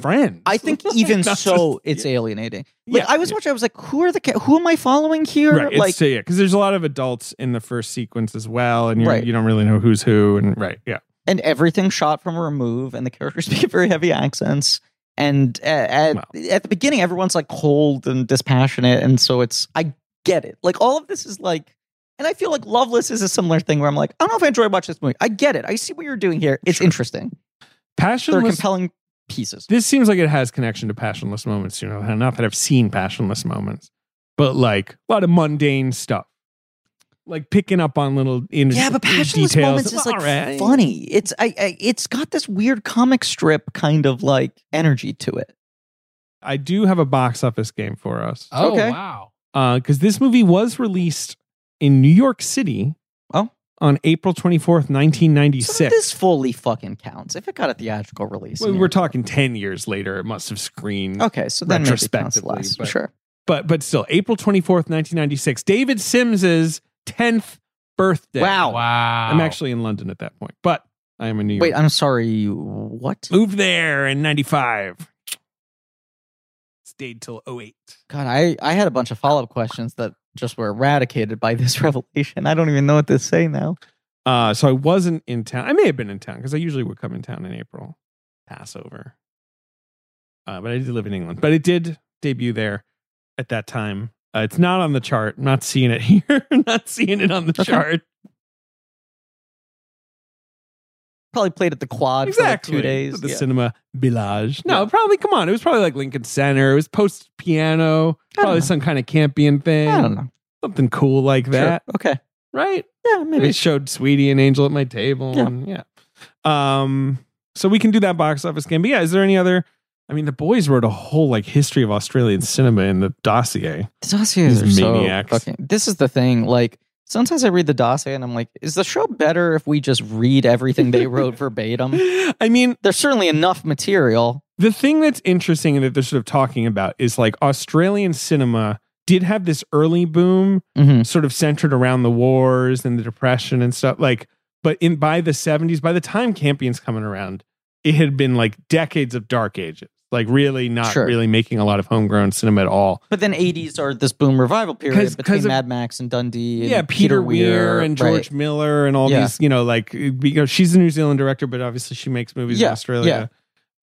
friends. [laughs]
I think even
Not
so
just-
it's alienating.
yeah,
Like I was
yeah.
watching I was like who are the ca- who am I following here?
Right,
like
like, yeah, because there's a lot of adults in the first sequence as well, and you're,
Right.
you don't really know who's who, and right, yeah,
and everything shot from a remove and the characters [laughs] speak very heavy accents and a- at,
Wow.
at, the beginning everyone's like cold and dispassionate and so it's i get it like all of this is like and i feel like loveless is a similar thing where i'm like i don't know if i enjoy watching this movie i get it i see what you're doing here it's interesting they're
passionless.
compelling pieces
this seems like it has connection to passionless moments. You know, not that I've seen passionless moments, but like a lot of mundane stuff, like picking up on little in-
yeah but passionless
details.
moments is like
All right.
funny it's I, I it's got this weird comic strip kind of like energy to it
I do have a box office game for us.
Oh
Okay.
wow.
because Uh, this movie was released in New York City
Oh.
on April 24th, 1996.
so this fully fucking counts if it got a theatrical release
Well,
I mean-
we're talking 10 years later. It must have screened.
Okay, so then maybe it counts
retrospectively,
less.
but-
Sure.
But, but still, April 24th, 1996. David Sims's 10th birthday.
Wow.
Wow.
I'm actually in London at that point, but I am in New York.
Wait, I'm sorry. What?
Moved there in 95. Stayed till 08.
God, I I had a bunch of follow up questions that just were eradicated by this [laughs] revelation. I don't even know what to say now.
Uh, so I wasn't in town. I may have been in town because I usually would come in town in April, Passover. Uh, but I did live in England. But it did debut there at that time. Uh, it's not on the chart. I'm not seeing it [laughs] here. I'm not seeing it
[laughs]
on the chart.
Probably played at the quad for like two days.
The
Yeah.
cinema village. No,
Yeah.
probably. Come on. It was probably like Lincoln Center. It was post piano.
I don't
Probably
know.
some kind of campion thing.
I don't know.
Something cool like that.
Sure. Okay.
Right.
Yeah, maybe.
They showed Sweetie and Angel at my table.
Yeah.
and- Yeah. Um, so we can do that box office game. But yeah, is there any other? I mean, the boys wrote a whole like history of Australian cinema in the dossier.
The dossiers
These
are so
maniacs.
fucking. This is the thing. Like sometimes I read the dossier and I'm like, is the show better if we just read everything they wrote [laughs] verbatim?
I mean,
There's certainly enough material.
the thing that's interesting and that they're sort of talking about is like Australian cinema did have this early boom,
Mhm.
sort of centered around the wars and the depression and stuff. Like, but in by the 70s, by the time Campion's coming around, it had been like decades of dark ages. Like really not
Sure.
really making a lot of homegrown cinema at all.
But then 80s are this boom revival period
'Cause- 'cause
between
of-
Mad Max and Dundee. And
yeah, Peter, Weir, and
right.
George Miller and all
Yeah.
these, you know, like because she's a New Zealand director, but obviously she makes movies
Yeah,
in Australia.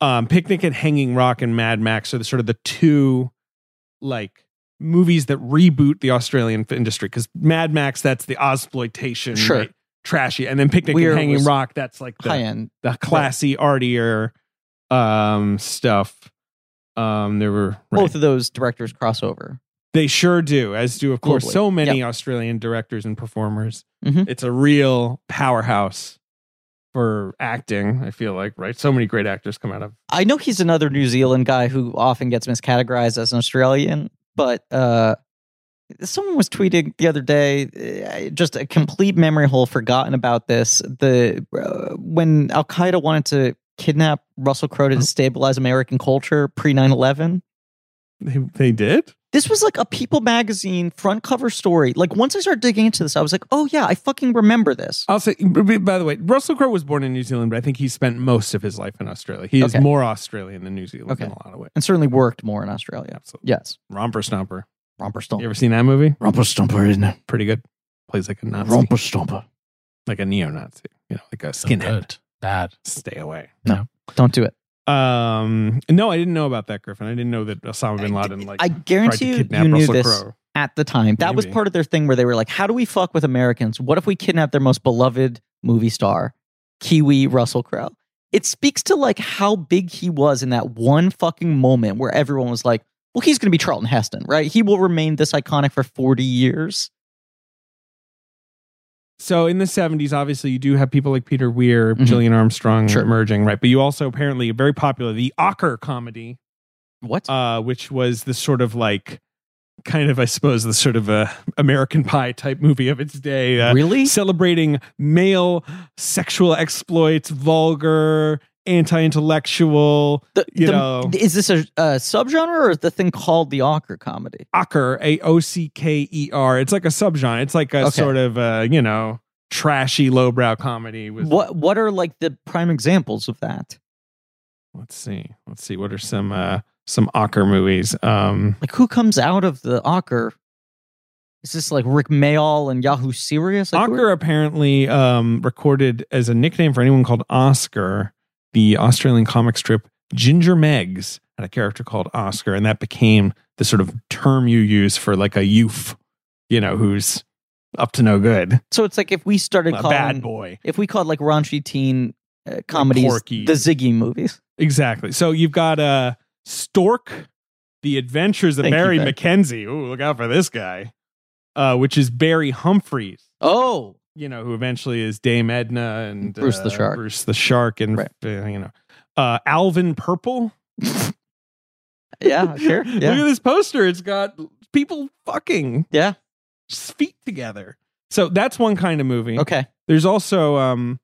Um, Picnic at Hanging Rock and Mad Max are the sort of the two like movies that reboot the Australian f- industry because Mad Max that's the exploitation,
Sure.
trashy, and then Picnic
Weir
at Hanging
was
Rock that's like
high
the,
end.
the classy, artier um, stuff. Um, there were right.
Both of those directors crossover.
They sure do, as do, of course,
Globally.
so many Australian directors and performers.
Mhm.
It's a real powerhouse for acting, I feel like, right? So many great actors come out of
I know he's another New Zealand guy who often gets miscategorized as an Australian, but uh, someone was tweeting the other day uh, just a complete memory hole forgotten about this the uh, when al-qaeda wanted to kidnap russell crowe to destabilize american culture pre-9-11
They, they did?
this was like a people magazine front cover story like once i started digging into this i was like oh yeah i fucking remember this
I'll say, b- b- by the way, Russell Crowe was born in New Zealand, but I think he spent most of his life in Australia. He
Okay.
is more Australian than New Zealand
Okay.
in a lot of ways.
and certainly worked more in australia
Absolutely.
yes
Romper Stomper.
romper
You
stomper
ever seen that movie?
Oh. romper stomper isn't it
Pretty good. Plays like a Nazi,
romper stomper
like a neo Nazi, you know, like a
So
skinhead.
good. Bad.
Stay away.
don't do it
Um, no, I didn't know about that, Griffin. I didn't know that Osama bin Laden, like,
i
tried to
guarantee you,
kidnap
you knew
Russell
this
Crowe.
at the time. That was
Maybe.
part of their thing where they were like, how do we fuck with Americans? What if we kidnap their most beloved movie star, Kiwi Russell Crowe? It speaks to like how big he was in that one fucking moment where everyone was like, well, he's going to be Charlton Heston, right? He will remain this iconic for 40 years.
So in the 70s, obviously, you do have people like Peter Weir,
Mhm.
Gillian Armstrong
Sure.
emerging, right? But you also apparently very popular, the Ocker comedy
What?
uh, which was this sort of like kind of i suppose the sort of a american pie type movie of its day uh,
really?
celebrating male sexual exploits vulgar anti-intellectual
The-
you
the-
know.
Is this a, a subgenre or is the thing called the Ocker comedy?
ocker a-o-c-k-e-r E it's like a subgenre it's like a
Okay.
sort of uh, you know trashy lowbrow comedy with
What, what are like the prime examples of that?
let's see let's see what are some uh some ocker movies um
Like who comes out of the Ocker? Is this like Rick Mayall and Yahoo Serious? Like, who are-
Ocker apparently um, recorded as a nickname for anyone called Oscar, the Australian comic strip Ginger Megs had a character called Oscar, and that became the sort of term you use for like a youth, you know, who's up to no good,
So it's like if we started
a
calling
bad boy.
if we called like raunchy teen uh, comedies
Porky.
the Ziggy movies.
Exactly. So you've got uh, Stork, The Adventures of
Thank you,
Barry
Ben.
McKenzie. Ooh, look out for this guy, uh, which is Barry Humphries.
Oh,
you know, who eventually is Dame Edna and
Bruce
uh,
the Shark.
Bruce the Shark, and
Right.
uh, you know, uh, Alvin Purple.
yeah, Ah,
[laughs]
sure,
Look
yeah,
at this poster; it's got people fucking
yeah.
feet together. So that's one kind of movie.
Okay,
There's also um,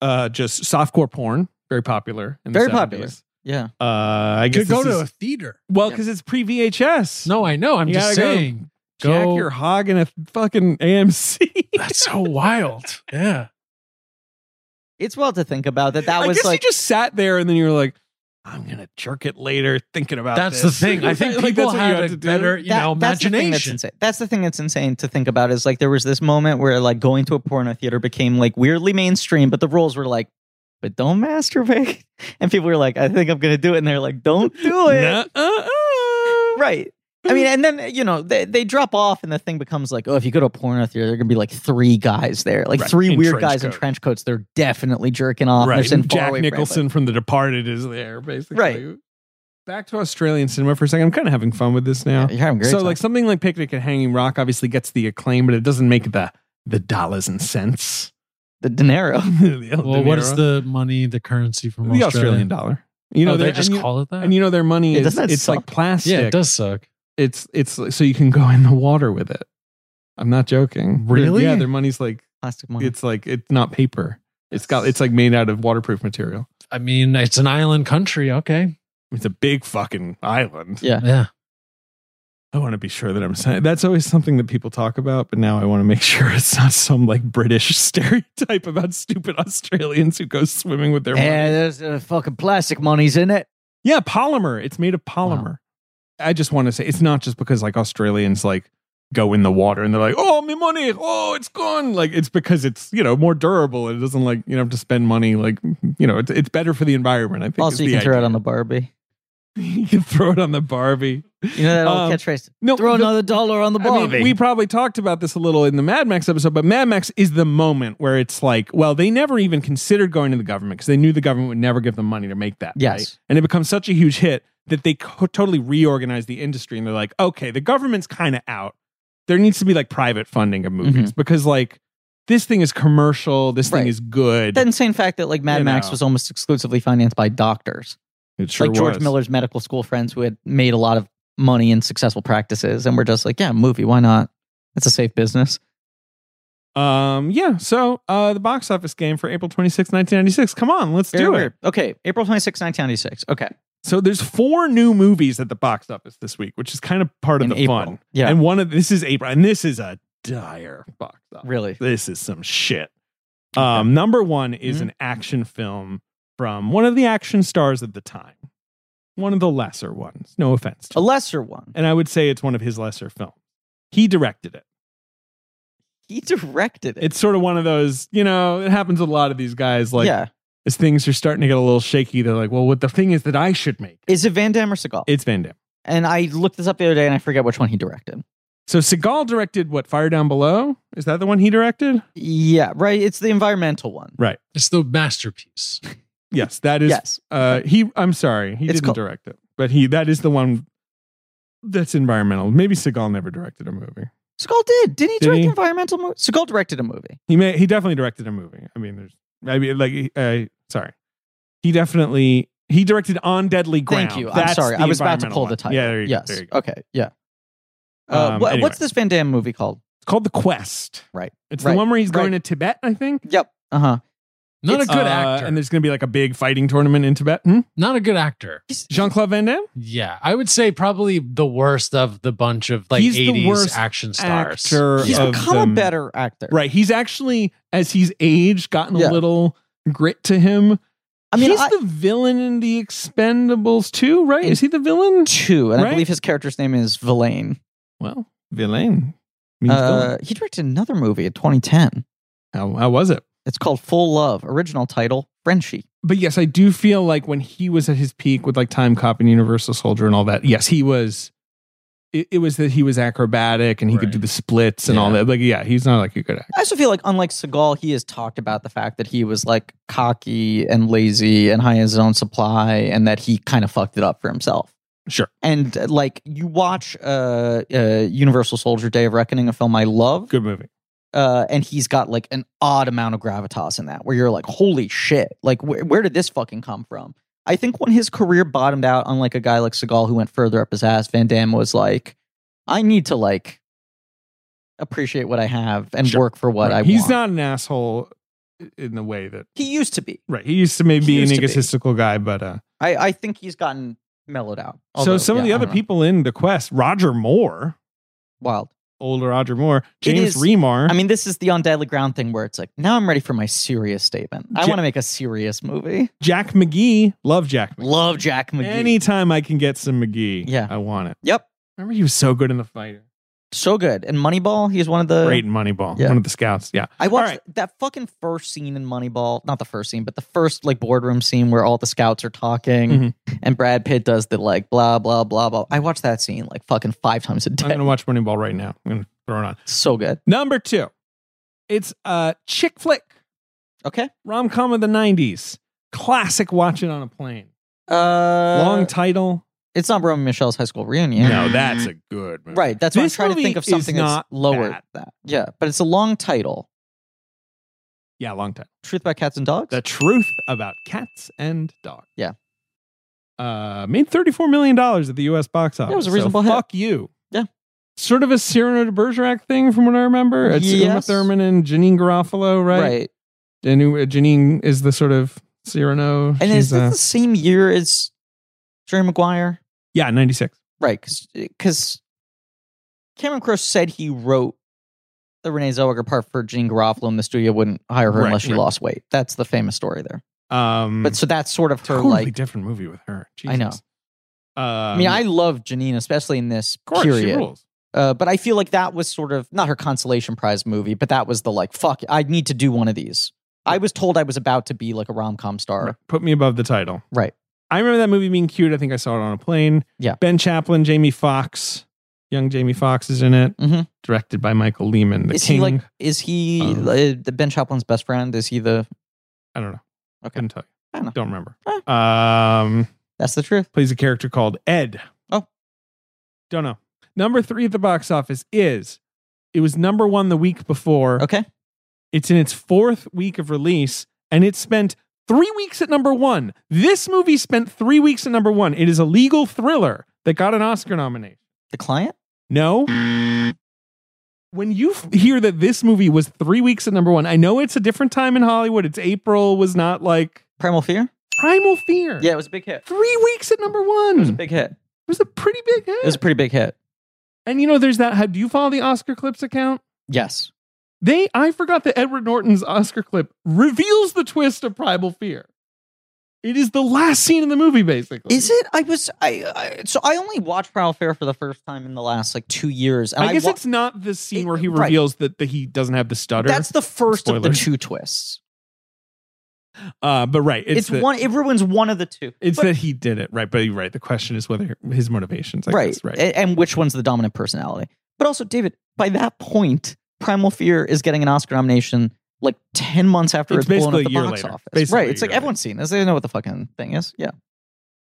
uh, just softcore porn, very popular. In
Very
the
popular.
70s.
yeah.
Uh, I
To
guess
go
this
to a
is-
theater.
well because it's pre VHS.
No, I know. I'm
You gotta
just
go-
saying.
Jack,
go-
you're hogging a fucking AMC. [laughs]
That's so wild. Yeah.
It's well to think about that. That
I
was
guess
like
you just sat there and then you were like, I'm gonna jerk it later, thinking about
That's the
this." [laughs]
thing. I think
Like,
people
that's what you
had a
to do.
better, you know,
that's the thing that's
imagination.
insane. That's the thing that's insane to think about is like there was this moment where like going to a porno theater became like weirdly mainstream, but the rules were like, but don't masturbate, [laughs] and people were like, I think I'm gonna do it, and they're like,
[laughs]
don't do it.
Nuh-uh-uh.
[laughs] Right. I mean, and then you know they, they drop off, and the thing becomes like, oh, if you go to a porno theater, there are gonna be like three guys there, like
Right.
three
In
weird
trench
guys in
coat.
trench coats. They're definitely jerking off. and they're
Right.
sitting far
Jack
away from everybody.
Nicholson from The Departed is there, basically.
Right.
Back to Australian cinema for a second. I'm kind of having fun with this now.
Yeah, you're having a great
so,
time.
like something like Picnic at Hanging Rock obviously gets the acclaim, but it doesn't make the the dollars and cents. [laughs]
the De Niro. [laughs]
The El
Well, what is
Dinero.
the money, the currency from
the
Australia?
Australian dollar? You know,
oh, they
they're-
just
and you,
call it that.
and you know their money
Yeah,
is
doesn't that
it's
suck?
like plastic.
yeah, it does suck.
it's it's like- so you can go in the water with it. I'm not joking. Their-
Really?
yeah, their money's like
Plastic money.
it's like it's not paper. It's got it's like made out of waterproof material.
I mean, it's an island country. Okay.
It's a big fucking island.
yeah.
Yeah.
I want to be sure that I'm saying that's always something that people talk about, but now I want to make [laughs] sure it's not some like British [laughs] stereotype about stupid Australians who go swimming with their money.
there's uh, fucking plastic money's in it.
Yeah, polymer. It's made of polymer. I just want to say it's not just because like Australians like go in the water and they're like, oh, my money, oh, it's gone. Like it's because it's you know more durable. It doesn't like you know have to spend money. Like you know it's it's better for the environment. I think.
Also,
is
you
the
can throw it
idea.
on the Barbie.
[laughs] you can throw it on the Barbie.
You know that old
Um,
catchphrase?
No,
Throw
the-
another dollar on the
I
Barbie.
mean, we probably talked about this a little in the Mad Max episode, but Mad Max is the moment where it's like, well, they never even considered going to the government because they knew the government would never give them money to make that.
Yes.
And it becomes such a huge hit that they co- totally reorganize the industry and they're like, okay, the government's kind of out. There needs to be like private funding of movies because like this thing is commercial, this
Mm-hmm. Right.
thing is good.
the insane fact that like Mad
You
Max
know.
was almost exclusively financed by doctors,
it sure
like George
was.
Miller's medical school friends who had made a lot of money and successful practices, and we're just like, yeah, movie, why not? It's a safe business.
Um, yeah. So uh, the box office game for April 26, 1996. Come on, let's
Very
do it.
weird. Okay, April 26, 1996. Okay,
So there's four new movies at the box office this week, which is kind of part of
in
the
April.
fun.
Yeah,
And one of this is April, and this is a dire box office.
really.
This is some shit. Um, number one is
Mhm.
an action film from one of the action stars of the time, one of the lesser ones. No offense,
A
to
lesser one.
and I would say it's one of his lesser films. He directed it.
He directed it.
It's sort of one of those, you know, it happens with a lot of these guys. Like
yeah.
as things are starting to get a little shaky, they're like, "Well, what the thing is that I should make?"
Is it Van Damme or Seagal?
It's Van Damme.
and I looked this up the other day, and I forget which one he directed.
So Seagal directed what? Fire Down Below? Is that the one he directed?
Yeah, right. It's the environmental one.
It's the masterpiece.
Yes, that is.
yes.
Uh, he. I'm sorry, he
It's
didn't
cool.
direct it, but he. That is the one. That's environmental. Maybe Seagal never directed a movie.
Seagal did. Didn't he
Did
direct
he?
the environmental movie? Seagal directed a movie.
He may. He definitely directed a movie. I mean, there's. I mean, like, uh, sorry, he definitely. He directed On Deadly Ground.
Thank you. I'm
That's
sorry.
the
I was about to
environmental
pull
one.
the title.
Yeah. There you,
yes.
There you go.
Okay. Yeah. Uh,
Um,
wha-
anyway.
What's this Van Damme movie called?
It's called The Quest.
Right.
It's
Right.
the one where he's going
Right.
to Tibet. I think.
Yep. Uh huh.
Not
It's-
a good
uh,
actor.
And there's going to be like a big fighting tournament in Tibet. Hmm?
Not a good actor.
Jean Claude Van Damme.
Yeah, I would say probably the worst of the bunch of like
He's the
80s
worst
action stars.
actor
He's
of
become
them.
a better actor.
Right. He's actually, as he's aged, gotten
Yeah.
a little grit to him.
I mean,
he's
I,
the villain in The Expendables too, right? Is he the villain?
two, and I
right?
believe his character's name is Villain.
Well, villain. Means villain.
Uh, he directed another movie in 2010.
How, how was it?
It's called Full Love. Original title Frenchie.
But yes, I do feel like when he was at his peak with like Time Cop and Universal Soldier and all that, yes, he was. It, it was that he was acrobatic and he could
Right.
do the splits and all
Yeah.
that. Like, yeah, he's not like a good actor.
I also feel like, unlike Seagal, he has talked about the fact that he was like cocky and lazy and high on his own supply, and that he kind of fucked it up for himself.
Sure.
And uh, like you watch uh, uh, Universal Soldier: Day of Reckoning, a film I love,
Good movie.
uh, and he's got like an odd amount of gravitas in that, where you're like, holy shit, like where where did this fucking come from? I think when his career bottomed out, unlike a guy like Seagal who went further up his ass, Van Damme was like, I need to like appreciate what I have and
Sure.
work for what
Right.
I
he's
want.
not an asshole in the way that
He used to be.
right. He used to maybe
He
be an
used to be.
egotistical guy, but uh,
I, I think he's gotten mellowed out.
so
Although,
some of
yeah,
the
I
other
don't know.
people in the quest, Roger Moore,
wild.
older Roger Moore, James
is-
Remar.
I mean, this is the undeadly ground thing where it's like now I'm ready for my serious statement. I
Ja-
want to make a serious movie.
Jack McGee. Love Jack McGee.
Love Jack McGee.
Anytime I can get some McGee,
Yeah.
I want it.
Yep,
Remember, he was so good in the fighter.
so good. And Moneyball, he's one of the.
Great in Moneyball.
Uh, yeah.
One of the scouts. Yeah.
I watched
Alright.
that fucking first scene in Moneyball. Not the first scene, but the first like boardroom scene where all the scouts are talking
Mhm.
and Brad Pitt does the like blah blah blah blah. I watched that scene like fucking five times a
I'm
day.
[laughs] going to watch Moneyball right now. I'm going to throw it on.
So good.
Number two, it's a chick flick,
Okay.
rom com of the 90s. Classic Watch It on a Plane.
Uh,
Long title.
It's not Roman Michelle's high school reunion.
No, that's a good movie.
Right. That's why I'm
This
trying to
movie
think of
is
something that's
not
lower
bad.
than that. Yeah, but it's a long title.
Yeah, long time.
Truth about cats and dogs.
The truth about cats and dogs.
Yeah.
Uh, made $34 million at the U.S. box office.
was a
so
reasonable hit.
Fuck you.
Yeah.
Sort of a Cyrano de Bergerac thing, from what I remember. It's Uma
Yes.
Thurman and Janine Garofalo, right?
right.
And who- uh, Janine is the sort of Cyrano.
And
she's,
is this
uh,
the same year as Jerry Maguire?
yeah, 96.
Right, because Cameron Crowe said he wrote the Renee Zellweger part for Jean Garofalo, and the studio wouldn't hire her
Right,
unless she
right.
lost weight. That's the famous story there.
Um,
But so that's sort of her
totally
like.
different movie with her. Jesus.
I know.
Um,
I mean, I love Janine, especially in this
of course, she
period.
rules.
Uh, but I feel like that was sort of not her consolation prize movie, but that was the like, fuck, I need to do one of these. I was told I was about to be like a rom com star.
Right. Put me above the title.
Right.
I remember that movie being cute. I think I saw it on a plane.
Yeah.
Ben Chaplin, Jamie Fox, young Jamie Fox is in it.
Mhm.
Directed by Michael Lehman, the
Is
king.
he like, is he
of-
uh, the Ben Chaplin's best friend? Is he the,
I don't know.
Okay.
I
Oh.
couldn't tell
I
you.
don't know.
Don't remember. Um,
that's the truth.
plays a character called Ed.
Oh.
don't know. Number three at the box office is it was number one the week before.
Okay.
It's in its fourth week of release, and it spent three weeks at number one. This movie spent three weeks at number one. It is a legal thriller. that got an Oscar nomination.
The client?
No. When you f- hear that this movie was three weeks at number one, I know it's a different time in Hollywood. It's April was not like
Primal Fear?
Primal Fear.
Yeah, it was a big hit.
Three weeks at number one.
It was a big hit.
pretty big hit.
It was a pretty big hit.
and you know, there's that. How do you follow the Oscar clips account?
Yes.
They, I forgot that Edward Norton's Oscar clip reveals the twist of Primal Fear. It is the last scene in the movie, basically.
Is it? I was I, I so I only watched Primal Fear for the first time in the last like two years. And
I guess
wa-
it's not the
It-
scene where he
right.
reveals that, that he doesn't have the stutter.
that's the first of the
Spoilers.
two twists.
uh, but right, it's,
It's,
the-
one. It ruins one of the two.
It's
But-
that he did it, right? But you're right. The question is whether his motivations, I
right,
guess, right?
A- And which one's the dominant personality? But also, David, by that point, Primal Fear is getting an Oscar nomination like ten months after it's,
It's
blown up
basically a
the
year
box
later.
office.
Basically
right.
a
It's like
year
everyone's seen this. They know what the fucking thing is. Yeah.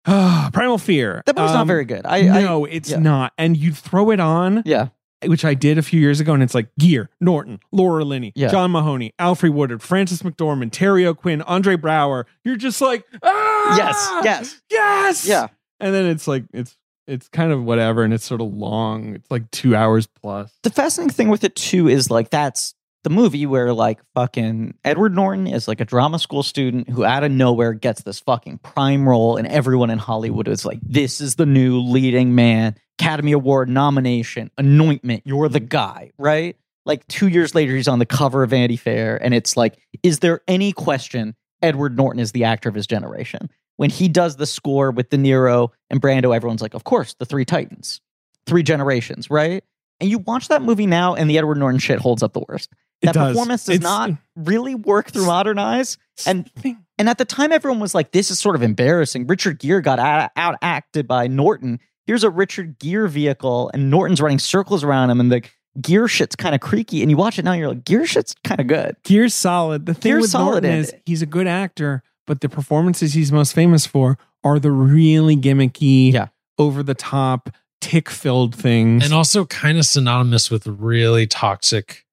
Ah, Primal Fear.
That movie's
Um,
not very good. I, I
no, it's
yeah.
not. And you throw it on,
yeah.
which I did a few years ago, and it's like Gear, Norton, Laura Linney,
Yeah.
John Mahoney, Alfred Woodard, Francis McDormand, Terry O'Quinn, Andre Brower. You're just like, ah,
Yes. Yes.
yes,
Yeah.
And then it's like it's it's kind of whatever, and it's sort of long. It's like two hours plus.
The fascinating thing with it too is like that's the movie where like fucking Edward Norton is like a drama school student who out of nowhere gets this fucking prime role, and everyone in Hollywood is like, "This is the new leading man, Academy Award nomination, anointment. You're the guy, right?" Like two years later, he's on the cover of Vanity Fair, and it's like, is there any question Edward Norton is the actor of his generation? When he does the score with De Niro and Brando, everyone's like, of course, the three titans, three generations, right? And you watch that movie now, and the Edward Norton shit holds up the worst.
It
That
does.
performance does
It's-
not really work through modern eyes. And and at the time, everyone was like, this is sort of embarrassing. Richard Gere got out, out acted by Norton. Here's a Richard Gere vehicle, and Norton's running circles around him, and the gear shit's kind of creaky. And you watch it now, and you're like, gear shit's kind of good.
Gear's solid. The thing
Gear's
with
solid
Norton
in
is
it.
he's a good actor, but the performances he's most famous for are the really gimmicky,
Yeah.
over the top, tick filled things.
and also kind of synonymous with really toxic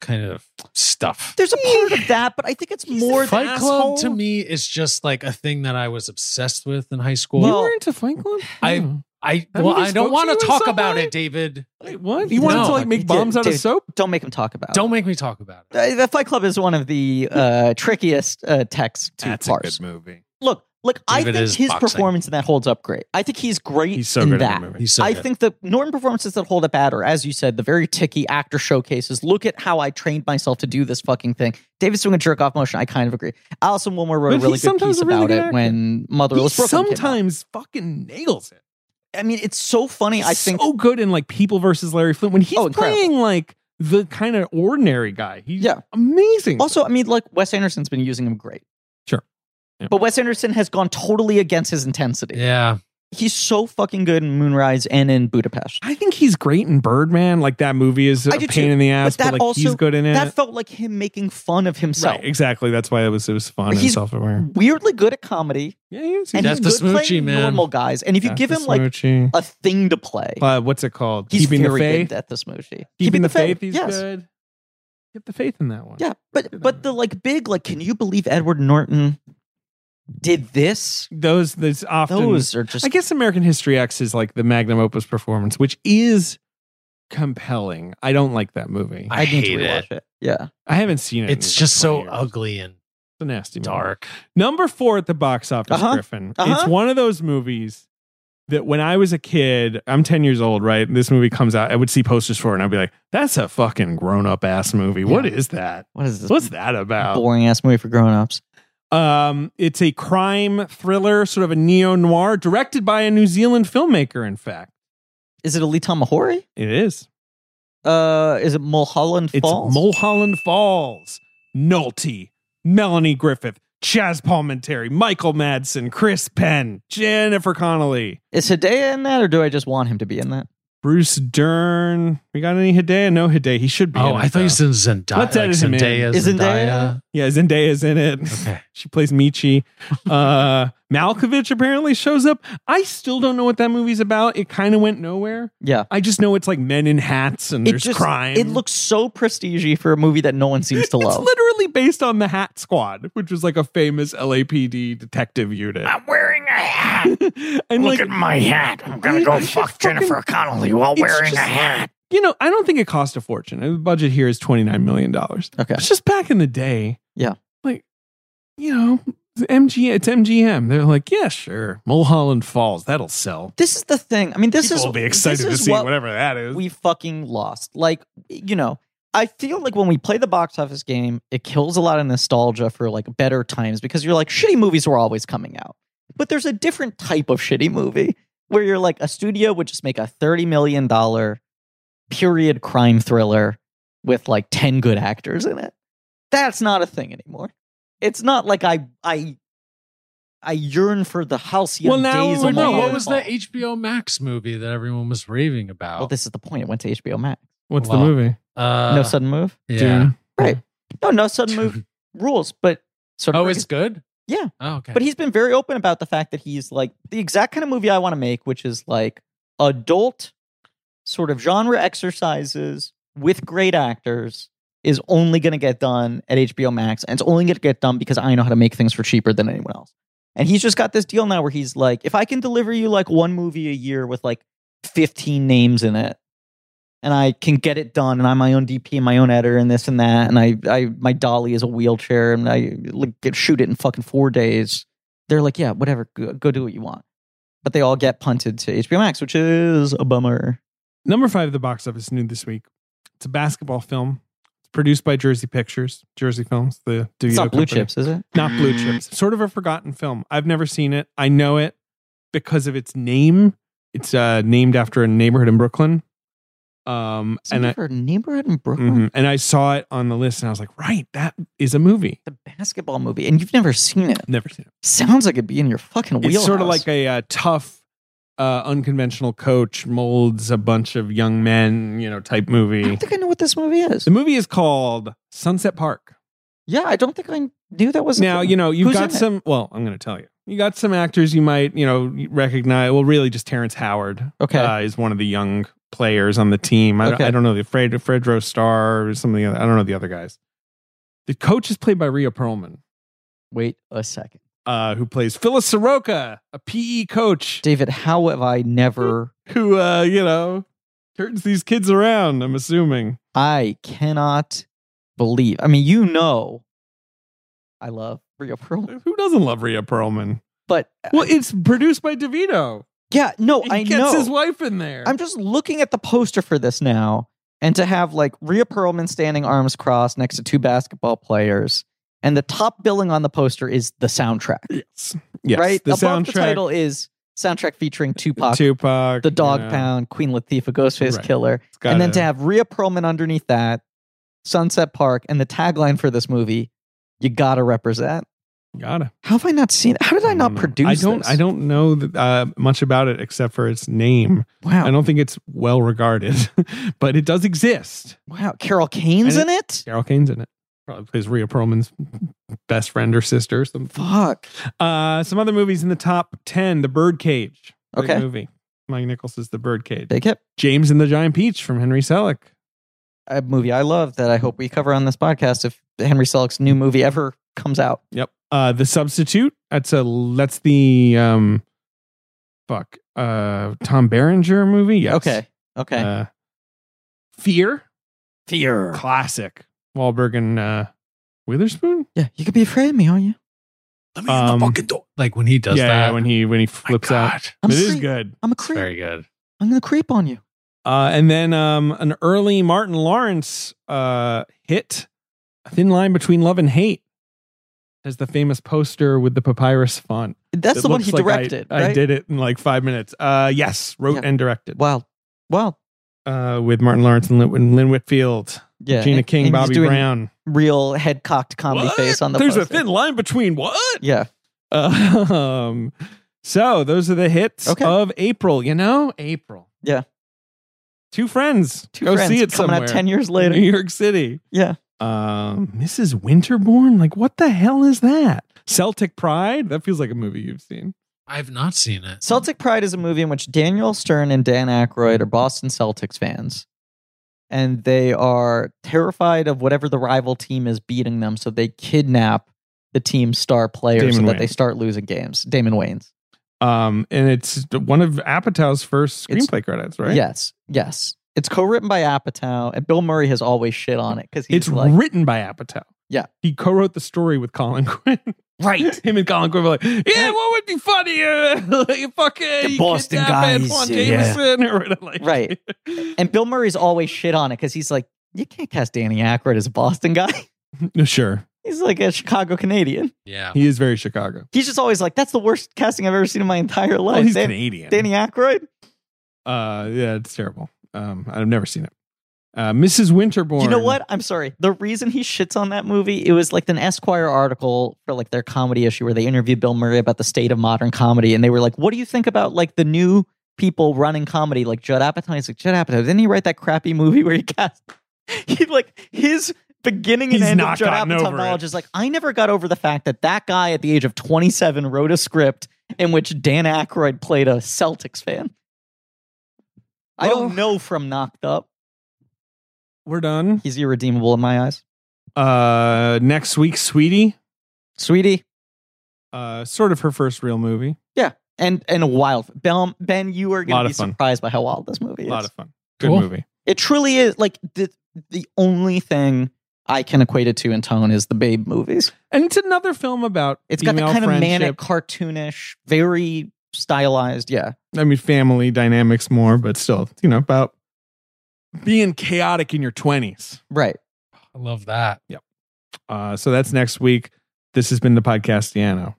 kind of stuff.
There's a part of that, but I think it's
He's
more
an
than
Fight Club to
asshole.
me is just like a thing that I was obsessed with in high school.
you
Well-
were into Fight Club.
I-
Hmm.
I
That
well,
movie
I don't
spoke
want
to you
to
in
talk
some
about
way?
it, David.
Wait, what? You wanted
No.
to like
He
make
did-
bombs out of
did-
soap?
Don't make him talk
Oh.
about
Don't make me talk about it.
it. Uh, The Fight Club is one of the uh, trickiest uh, texts to parse.
movie.
Look, look, I
David
think
is
his
boxing.
performance in that holds up great. I think he's great
He's so
in
good in
that.
that movie.
He's so
I
good.
think the Norton performances that hold up bad are, as you said, the very ticky actor showcases. Look at how I trained myself to do this fucking thing. David's doing a jerk off motion. I kind of agree. Allison Wilmore wrote
But
a really
he's
good
sometimes
piece
a really
about
good
it
actor.
when
He
Motherless Brooklyn came out.
sometimes fucking nails it.
I mean, it's so funny. I
He's
think
so good in like People versus Larry Flint when he's
Oh, incredible.
playing like the kind of ordinary guy. He's
Yeah.
amazing.
Also, I mean, like Wes Anderson's been using him great.
Sure. Yeah.
But Wes Anderson has gone totally against his intensity.
Yeah.
He's so fucking good in Moonrise and in Budapest.
I think he's great in Birdman. Like that movie is a
I do
pain
too.
in the ass, but,
that
like
also-
he's good in it.
That felt like him making fun of himself.
right, exactly. That's why it was it was fun and
He's-
self-aware.
Weirdly good at comedy,
Yeah, he is.
and
That's the
he's good
smoochie,
playing
man.
normal guys. And if you give him like
like
a thing to play,
uh, what's it called?
he's
Keeping the
very
faith.
good at this movie. Keeping,
He's good. Keep the faith in that one.
Yeah, but
Good
but
on
the like big like, can you believe Edward Norton did this?
Those those often
Those are just
I guess American History X is like the magnum opus performance, which is compelling. I don't like that movie. I,
I
need
hate
to rewatch
it.
it. Yeah,
haven't seen it. in
It's just so
20 years.
ugly and
It's a nasty movie.
dark.
Number four at the box office,
Uh-huh.
Griffin. It's
Uh-huh.
one of those movies that when I was a kid, I'm 10 years old, right? This movie comes out, I would see posters for it, and I'd be like, that's a fucking grown up ass movie. What is that?
what is this?
What's that about?
boring ass movie for grown ups?
Um, it's a crime thriller, sort of a neo noir, directed by a New Zealand filmmaker, in fact.
Is it Ali Mahori?
It is.
Uh, is it Mulholland
It's
Falls?
Mulholland Falls, Nolte, Melanie Griffith, Chaz Palminteri, Michael Madsen, Chris Penn, Jennifer Connelly.
is Hideo in that, or do I just want him to be in that?
Bruce Dern. We got any Hidea? No Hidea. He should be.
Oh,
in it,
I thought
though.
you said Zendaya.
Let's edit him in.
like Zendaya,
Is Zendaya-
Zendaya.
Yeah, Zendaya's in it.
Okay.
[laughs] she plays Michi. Uh, Malkovich apparently shows up. I still don't know what that movie's about. It kind of went nowhere.
Yeah.
I just know it's like men in hats and there's
just,
crime.
It looks so prestige for a movie that no one seems to
It's
love.
literally based on the Hat Squad, which was like a famous LAPD detective unit.
I'm wearing a
[laughs] and
Look
like,
at my hat. I'm gonna go
It's
fuck
fucking-
Jennifer Connelly while
it's
wearing
just-
a hat.
you know, I don't think it cost a fortune. The budget here is twenty nine million dollars.
Okay.
It's just back in the day.
Yeah.
Like, you know, the MG. It's MGM. They're like, yeah, sure, Mulholland Falls. That'll sell.
This is the thing. I mean, this
People
is
will be excited
this
to
is
see
what
whatever that is.
we fucking lost. Like, you know, I feel like when we play the box office game, it kills a lot of nostalgia for like better times because you're like, shitty movies were always coming out. But there's a different type of shitty movie where you're like, a studio would just make a $30 million period crime thriller with like 10 good actors in it. That's not a thing anymore. It's not like I, I, I yearn for the halcyon
Well, now
days.
we're
of
not-
no,
my
what
youth.
was that HBO Max movie that everyone was raving about?
Well, this is the point. It went to HBO Max.
What's
Well,
the movie?
uh,
no sudden move.
yeah.
Dune.
No, no sudden
[laughs]
move rules, but sort
Oh, it's good.
Yeah.
Oh, okay.
But he's been very open about the fact that he's like the exact kind of movie I want to make, which is like adult sort of genre exercises with great actors is only going to get done at HBO Max, and it's only going to get done because I know how to make things for cheaper than anyone else. And he's just got this deal now where he's like, if I can deliver you like one movie a year with like 15 names in it, and I can get it done, and I'm my own DP and my own editor and this and that, and I, I my dolly is a wheelchair, and I like, get, shoot it in fucking four days. They're like, yeah, whatever, go, go do what you want. But they all get punted to HBO Max, which is a bummer.
Number five, of the box office new this week. It's a basketball film. It's produced by Jersey Pictures, Jersey Films. The Dudio
It's not blue
company.
chips, is it?
not blue chips sort of a forgotten film i've never seen it i know it because of its name it's uh, named after a neighborhood in brooklyn um
It's
and I,
for a neighborhood in Brooklyn.
mhm. and i saw it on the list and i was like right that is a movie
The basketball movie, and you've never seen it.
never seen it
Sounds like it'd be in your fucking wheelhouse.
it's sort of like a uh, tough uh, unconventional coach molds a bunch of young men you know type
I
movie
don't think I know what this movie is.
the movie is called sunset park
Yeah, I don't think I knew that was. a
now
thing.
you know you've
Who's
got
in it?
some well i'm going to tell you you got some actors you might you know recognize well really just terrence howard
Okay.
uh, is one of the young players on the team i,
Okay.
I don't know the Fred, fredro star or something i don't know the other guys the coach is played by Rhea Perlman,
Wait a second,
uh, who plays Phyllis Soroka, a PE coach
David. How have I never?
who, uh, you know, turns these kids around, I'm assuming.
I cannot believe. I mean, you know, I love Rio Pearl,
Who doesn't love Rhea Perlman?
but
Well, it's produced by DeVito.
yeah, no,
He
Uh, Oh, I
gets
know.
his wife in there.
I'm just looking at the poster for this now, and to have like Rhea Perlman standing arms crossed next to two basketball players, and the top billing on the poster is the soundtrack.
yes. Yes.
right
The
above
soundtrack, Uh,
the title is soundtrack featuring Tupac,
Tupac,
the Dog
you know,
Pound, Queen Latifah, Ghostface
Right.
Killer,
it's got
and then
a-
to have Rhea Perlman underneath that, Sunset Park, and the tagline for this movie, "You gotta represent."
Gotta.
How have I not seen? How did I not
don't know.
produce?
Mm, I don't.
this?
I don't know that, uh, much about it except for its name.
Wow.
I don't think it's well regarded, [laughs] but it does exist.
wow. Carol Kane's
And
in it.
Carol Kane's in it. Probably plays Rhea Perlman's best friend or sister. or something.
Fuck.
Uh, some other movies in the top ten: The Birdcage. Great
Okay.
movie. Mike Nichols is The Birdcage.
Big hit.
James and the Giant Peach from Henry Selick.
A movie I love that I hope we cover on this podcast if Henry Selick's new movie ever comes out.
Yep. Uh, the Substitute. That's a. That's the um, fuck. Uh, Tom Berenger movie. Yes.
Okay. Okay.
Uh, Fear.
Fear.
classic Wahlberg and uh, Witherspoon.
yeah. You could be afraid of me, aren't you?
Let
me in the fucking
door.
like when he does
yeah,
that.
yeah, when he when he flips out.
I'm
It is
free.
good.
I'm a
It's
creep.
very good.
I'm gonna creep on you.
Uh, and then um, an early Martin Lawrence uh, hit, "A Thin Line Between Love and Hate," has the famous poster with the papyrus font.
That's
It
the one
looks
he
like I-
directed.
I,
right?
did it in like five minutes. Uh, yes, wrote
Yeah.
and directed
Wow. Wow.
uh, with Martin Lawrence and Lin, Lin Whitfield,
Yeah.
Gina
and-
King,
and he's
Bobby
doing
Brown.
Real head cocked comedy
What?
face on the
There's
poster.
a thin line between what?
Yeah.
Um, so those are the hits
Okay.
of April. You know, April.
Yeah.
Two friends.
Two
Go
friends
see it
coming
somewhere.
out ten years
in New
later.
York City.
Yeah.
Um, Mrs. Winterborn. Like, what the hell is that? Celtic Pride. That feels like a movie you've seen.
I've not seen it.
Celtic Pride is a movie in which Daniel Stern and Dan Aykroyd are Boston Celtics fans, and they are terrified of whatever the rival team is beating them, so they kidnap the team's star player so
Damon
that they
Wayans.
start losing games. Damon Wayans.
Um, and it's one of Apatow's first
It's-
screenplay credits, right?
Yes, yes. It's co-written by Apatow, and Bill Murray has always shit on it because he's
it's
like,
written by Apatow.
Yeah.
he co-wrote the story with Colin [laughs] Quinn.
right,
[laughs] Him and Colin Quinn were like, yeah, what would be funnier? [laughs] like, fucking you
Boston
kidnap
guys,
Antoine
yeah.
Jameson [laughs] or whatever, like-
Right. and Bill Murray's always shit on it because he's like, you can't cast Danny Aykroyd as a Boston guy. [laughs]
sure,
he's like a Chicago Canadian.
Yeah.
he is very Chicago.
He's just always like, that's the worst casting I've ever seen in my entire
Well,
life.
Oh, he's
Dan-
Canadian.
Danny Aykroyd.
Uh, yeah, it's terrible. Um, I've never seen it. Uh, Mrs. Winterborn.
You know what? I'm sorry. The reason he shits on that movie, it was like an Esquire article for like their comedy issue where they interviewed Bill Murray about the state of modern comedy, and they were like, "What do you think about like the new people running comedy, like Judd Apatow?" He's like, "Judd Apatow, didn't he write that crappy movie where he cast?" [laughs] he like his beginning and
He's
end of
not
Judd
gotten
Apatow
over
knowledge
it.
is like, I never got over the fact that that guy at the age of 27 wrote a script in which Dan Aykroyd played a Celtics fan. I
Well-
don't know from Knocked Up.
We're done.
He's irredeemable in my eyes.
Uh, next week, Sweetie.
Sweetie,
Uh, sort of her first real movie.
and and a wild ben, ben you are
Lot
going to
of
be
fun.
surprised by how wild this movie
A
is
lot of fun. Good
Cool.
movie.
it truly is like the the only thing i can equate it to in tone is the babe movies
And it's another film about
It's got
female
the kind of
friendship.
manic cartoonish very stylized yeah
I mean, family dynamics more, but still, you know, about being chaotic in your twenties.
right
I love that.
Uh, so that's next week. This has been the podcastiano.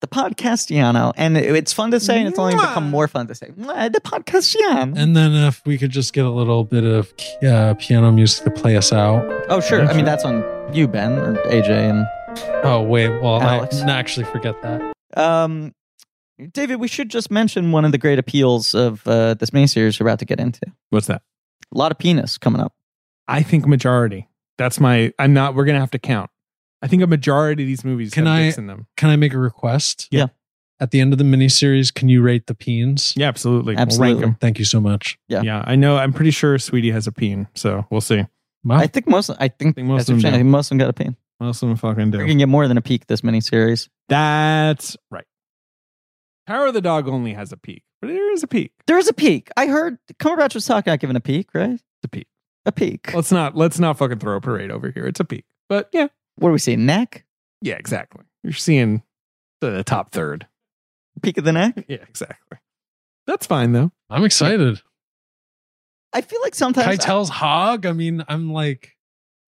the podcastiano and it- it's fun to say and it's only
Mwah.
become more fun to say Mwah, the podcastiano
And then if we could just get a little bit of uh, piano music to play us out.
oh sure i mean that's on you ben or aj and
Oh, wait. Well, I
Alex.
n- actually forget that.
um david we should just mention one of the great appeals of uh, this mini series we're about to get into
What's that?
a lot of penis coming up
I think majority. That's my. I'm not. We're gonna have to count. I think a majority of these movies
Can
have
I-
dicks in them.
Can I make a request?
Yeah.
At the end of the miniseries, can you rate the peens?
Yeah, absolutely.
Absolutely.
We'll rank
Thank you so much.
them.
Yeah.
Yeah, I know. I'm pretty sure Sweetie has a peen, so we'll see.
Wow.
I think most. I think,
think
that's
most
what
of them
I'm saying.
do.
I think most of them got a pain.
What else am I fucking
We
doing?
can get more than a peak this miniseries.
That's right. Power of the Dog only has a peak, but there is a peak.
There is a peak. I heard Cumberbatch was talking about giving a peak, right?
It's a peak.
A peak.
[laughs] Let's not let's not fucking throw a parade over here. It's a peak, but yeah,
what do we see? Neck?
yeah, exactly. You're seeing the top
[laughs]
third.
Peak of the neck?
Yeah, exactly. That's fine though.
I'm excited.
I feel like sometimes.
Keitel's hog. I mean, I'm like,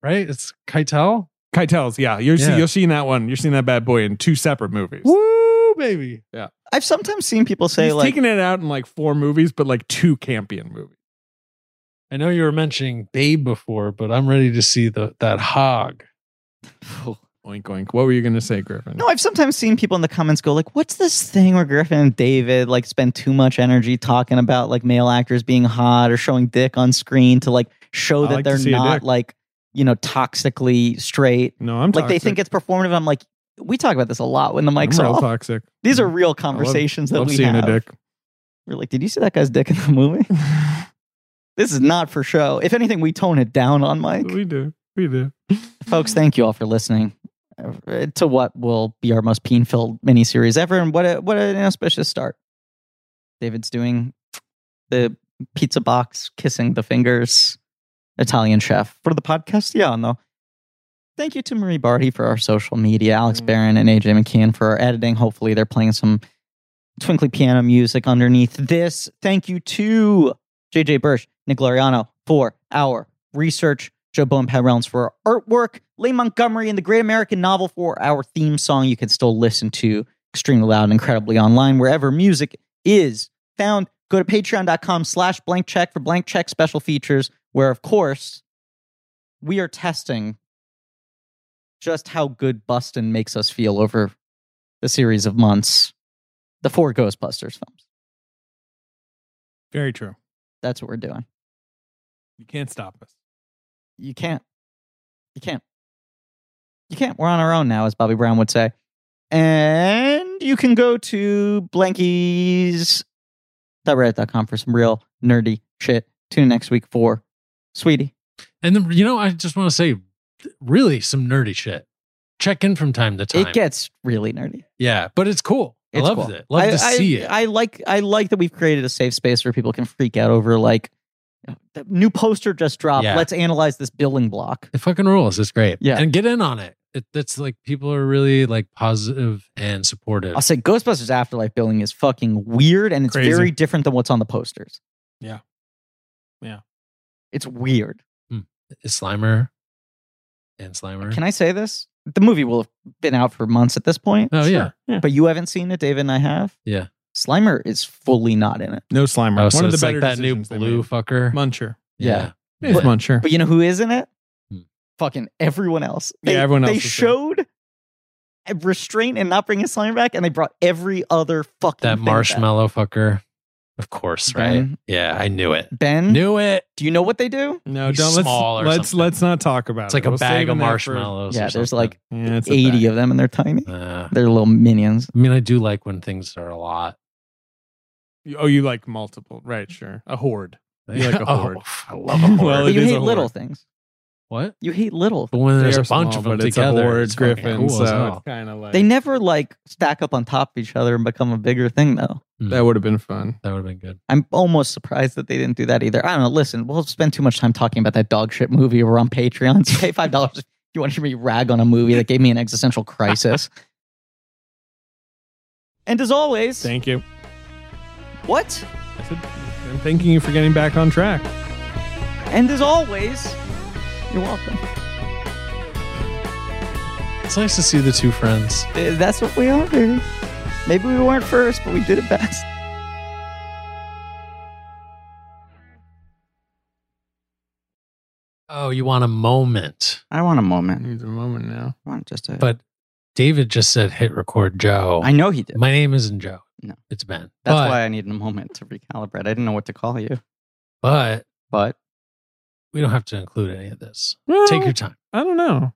right? It's Keitel.
Keitel's, yeah, you're see-
Yeah.
you're seeing that one. You're seeing that bad boy in two separate movies.
Woo, baby.
I've sometimes seen people say
He's
like,
taking it out in like four movies, but like two Campion movies.
I know you were mentioning Babe before, but I'm ready to see the that hog.
Oink oink. What were you gonna say, Griffin?
No, I've sometimes seen people in the comments go like, "What's this thing where Griffin and David like spend too much energy talking about like male actors being hot or showing dick on screen to like show
I
that
like to
they're
see a
not
dick."
like you know toxically straight."
No, I'm
Like they
toxic.
think it's performative. I'm like, we talk about this a lot when the
I'm
mics are
real
off.
toxic.
These
[laughs]
are real conversations
Love
that we
seeing
have.
a dick.
We're like, did you see that guy's dick in the
[laughs]
movie? this is not for show. If anything, we tone it down on mic.
we do. We do.
Folks, thank you all for listening uh, to what will be our most pain-filled miniseries ever, and what a, what an auspicious start. David's doing the pizza box, kissing the fingers, Italian chef for the podcast. Yeah, no. Thank you to Marie Barty for our social media, Alex Barron and AJ McKeon for our editing. Hopefully, they're playing some twinkly piano music underneath this. Thank you to JJ Birch, Nick Lariano for our research, Joe Bowen Pat Rounds for our artwork, Leigh Montgomery and the Great American Novel for our theme song. You can still listen to Extremely Loud and Incredibly Online wherever music is found. Go to patreon.com slash blank check for blank check special features, where of course we are testing just how good Bustin makes us feel over the series of months. The four Ghostbusters films.
Very true.
That's what we're doing.
You can't stop us.
You can't. You can't. You can't. We're on our own now, as Bobby Brown would say. And you can go to blankies.reddit.com for some real nerdy shit. Tune in next week for Sweetie.
And then, you know, I just want to say, really, some nerdy shit. Check in from time to time.
It gets really nerdy.
yeah, but it's cool. I loved
cool.
it. Love
I,
to
I-
see it.
I like I like that we've created a safe space where people can freak out over like the new poster just dropped.
Yeah.
Let's analyze this building block.
It fucking rules. It's great.
Yeah.
And get in on it. it. That's like people are really like positive and supportive.
I'll say Ghostbusters Afterlife building is fucking weird and it's
Crazy.
very different than what's on the posters.
Yeah. Yeah.
It's weird.
Is Slimer and Slimer.
Can I say this? The movie will have been out for months at this point,
oh yeah.
yeah.
but you haven't seen it. David and I have.
Yeah.
Slimer is fully not in it.
No Slimer.
Oh,
One
so
of the
it's
better
like that new
decisions they
blue
made.
fucker.
Muncher.
Yeah.
It's
But-
Muncher.
But you know who is in it?
Hmm.
Fucking everyone else.
Yeah, everyone
They
else is in it.
showed a restraint in not bringing Slimer back, and they brought every other fucking
That
thing
marshmallow fucker. Of course, right?
Ben.
Yeah, I knew it.
back.
Hmm?
Ben,
Knew it.
do you know what they do?
no,
he's
don't
small or
let's let's
something.
let's not talk about
It's
it.
like a
We'll
bag
save
of
that for-
marshmallows.
yeah,
or
there's
something.
like
Yeah, it's a
eighty
bag.
of them, and they're tiny.
Uh,
They're little minions.
I mean, I do like when things are a
[laughs]
lot.
Oh, you like multiple? Right, sure. A horde. You like a
[laughs] Oh,
horde.
I love a horde.
[laughs] Well, it
you
is a
hate
horde.
little things.
what?
You hate little.
But when
They
there's
are
a bunch
small,
of them
but it's a
together,
horde
it's fucking
griffin.
cool as
so
hell.
it's kind of like
They never like stack up on top of each other and become a bigger thing, though.
that would have been fun.
That would have been good.
I'm almost surprised that they didn't do that either. I don't know. Listen, we'll spend too much time talking about that dog shit movie. We're on Patreon. [laughs] So pay five dollars if you want to hear me rag on a movie that gave me an existential crisis. [laughs] and as always,
Thank you.
what?
I said, I'm thanking you for getting back on track.
And as always, you're welcome.
It's nice to see the two friends.
Uh, That's what we are, baby. Maybe we weren't first, but we did it best.
Oh, you want a moment.
I want a moment.
Needs a moment now.
I want just a.
But David just said hit record Joe.
I know he did.
My name isn't Joe.
No.
It's Ben.
That's
but,
why I needed a moment to recalibrate. I didn't know what to call you,
but
but
we don't have to include any of this. Take your time.
I don't know.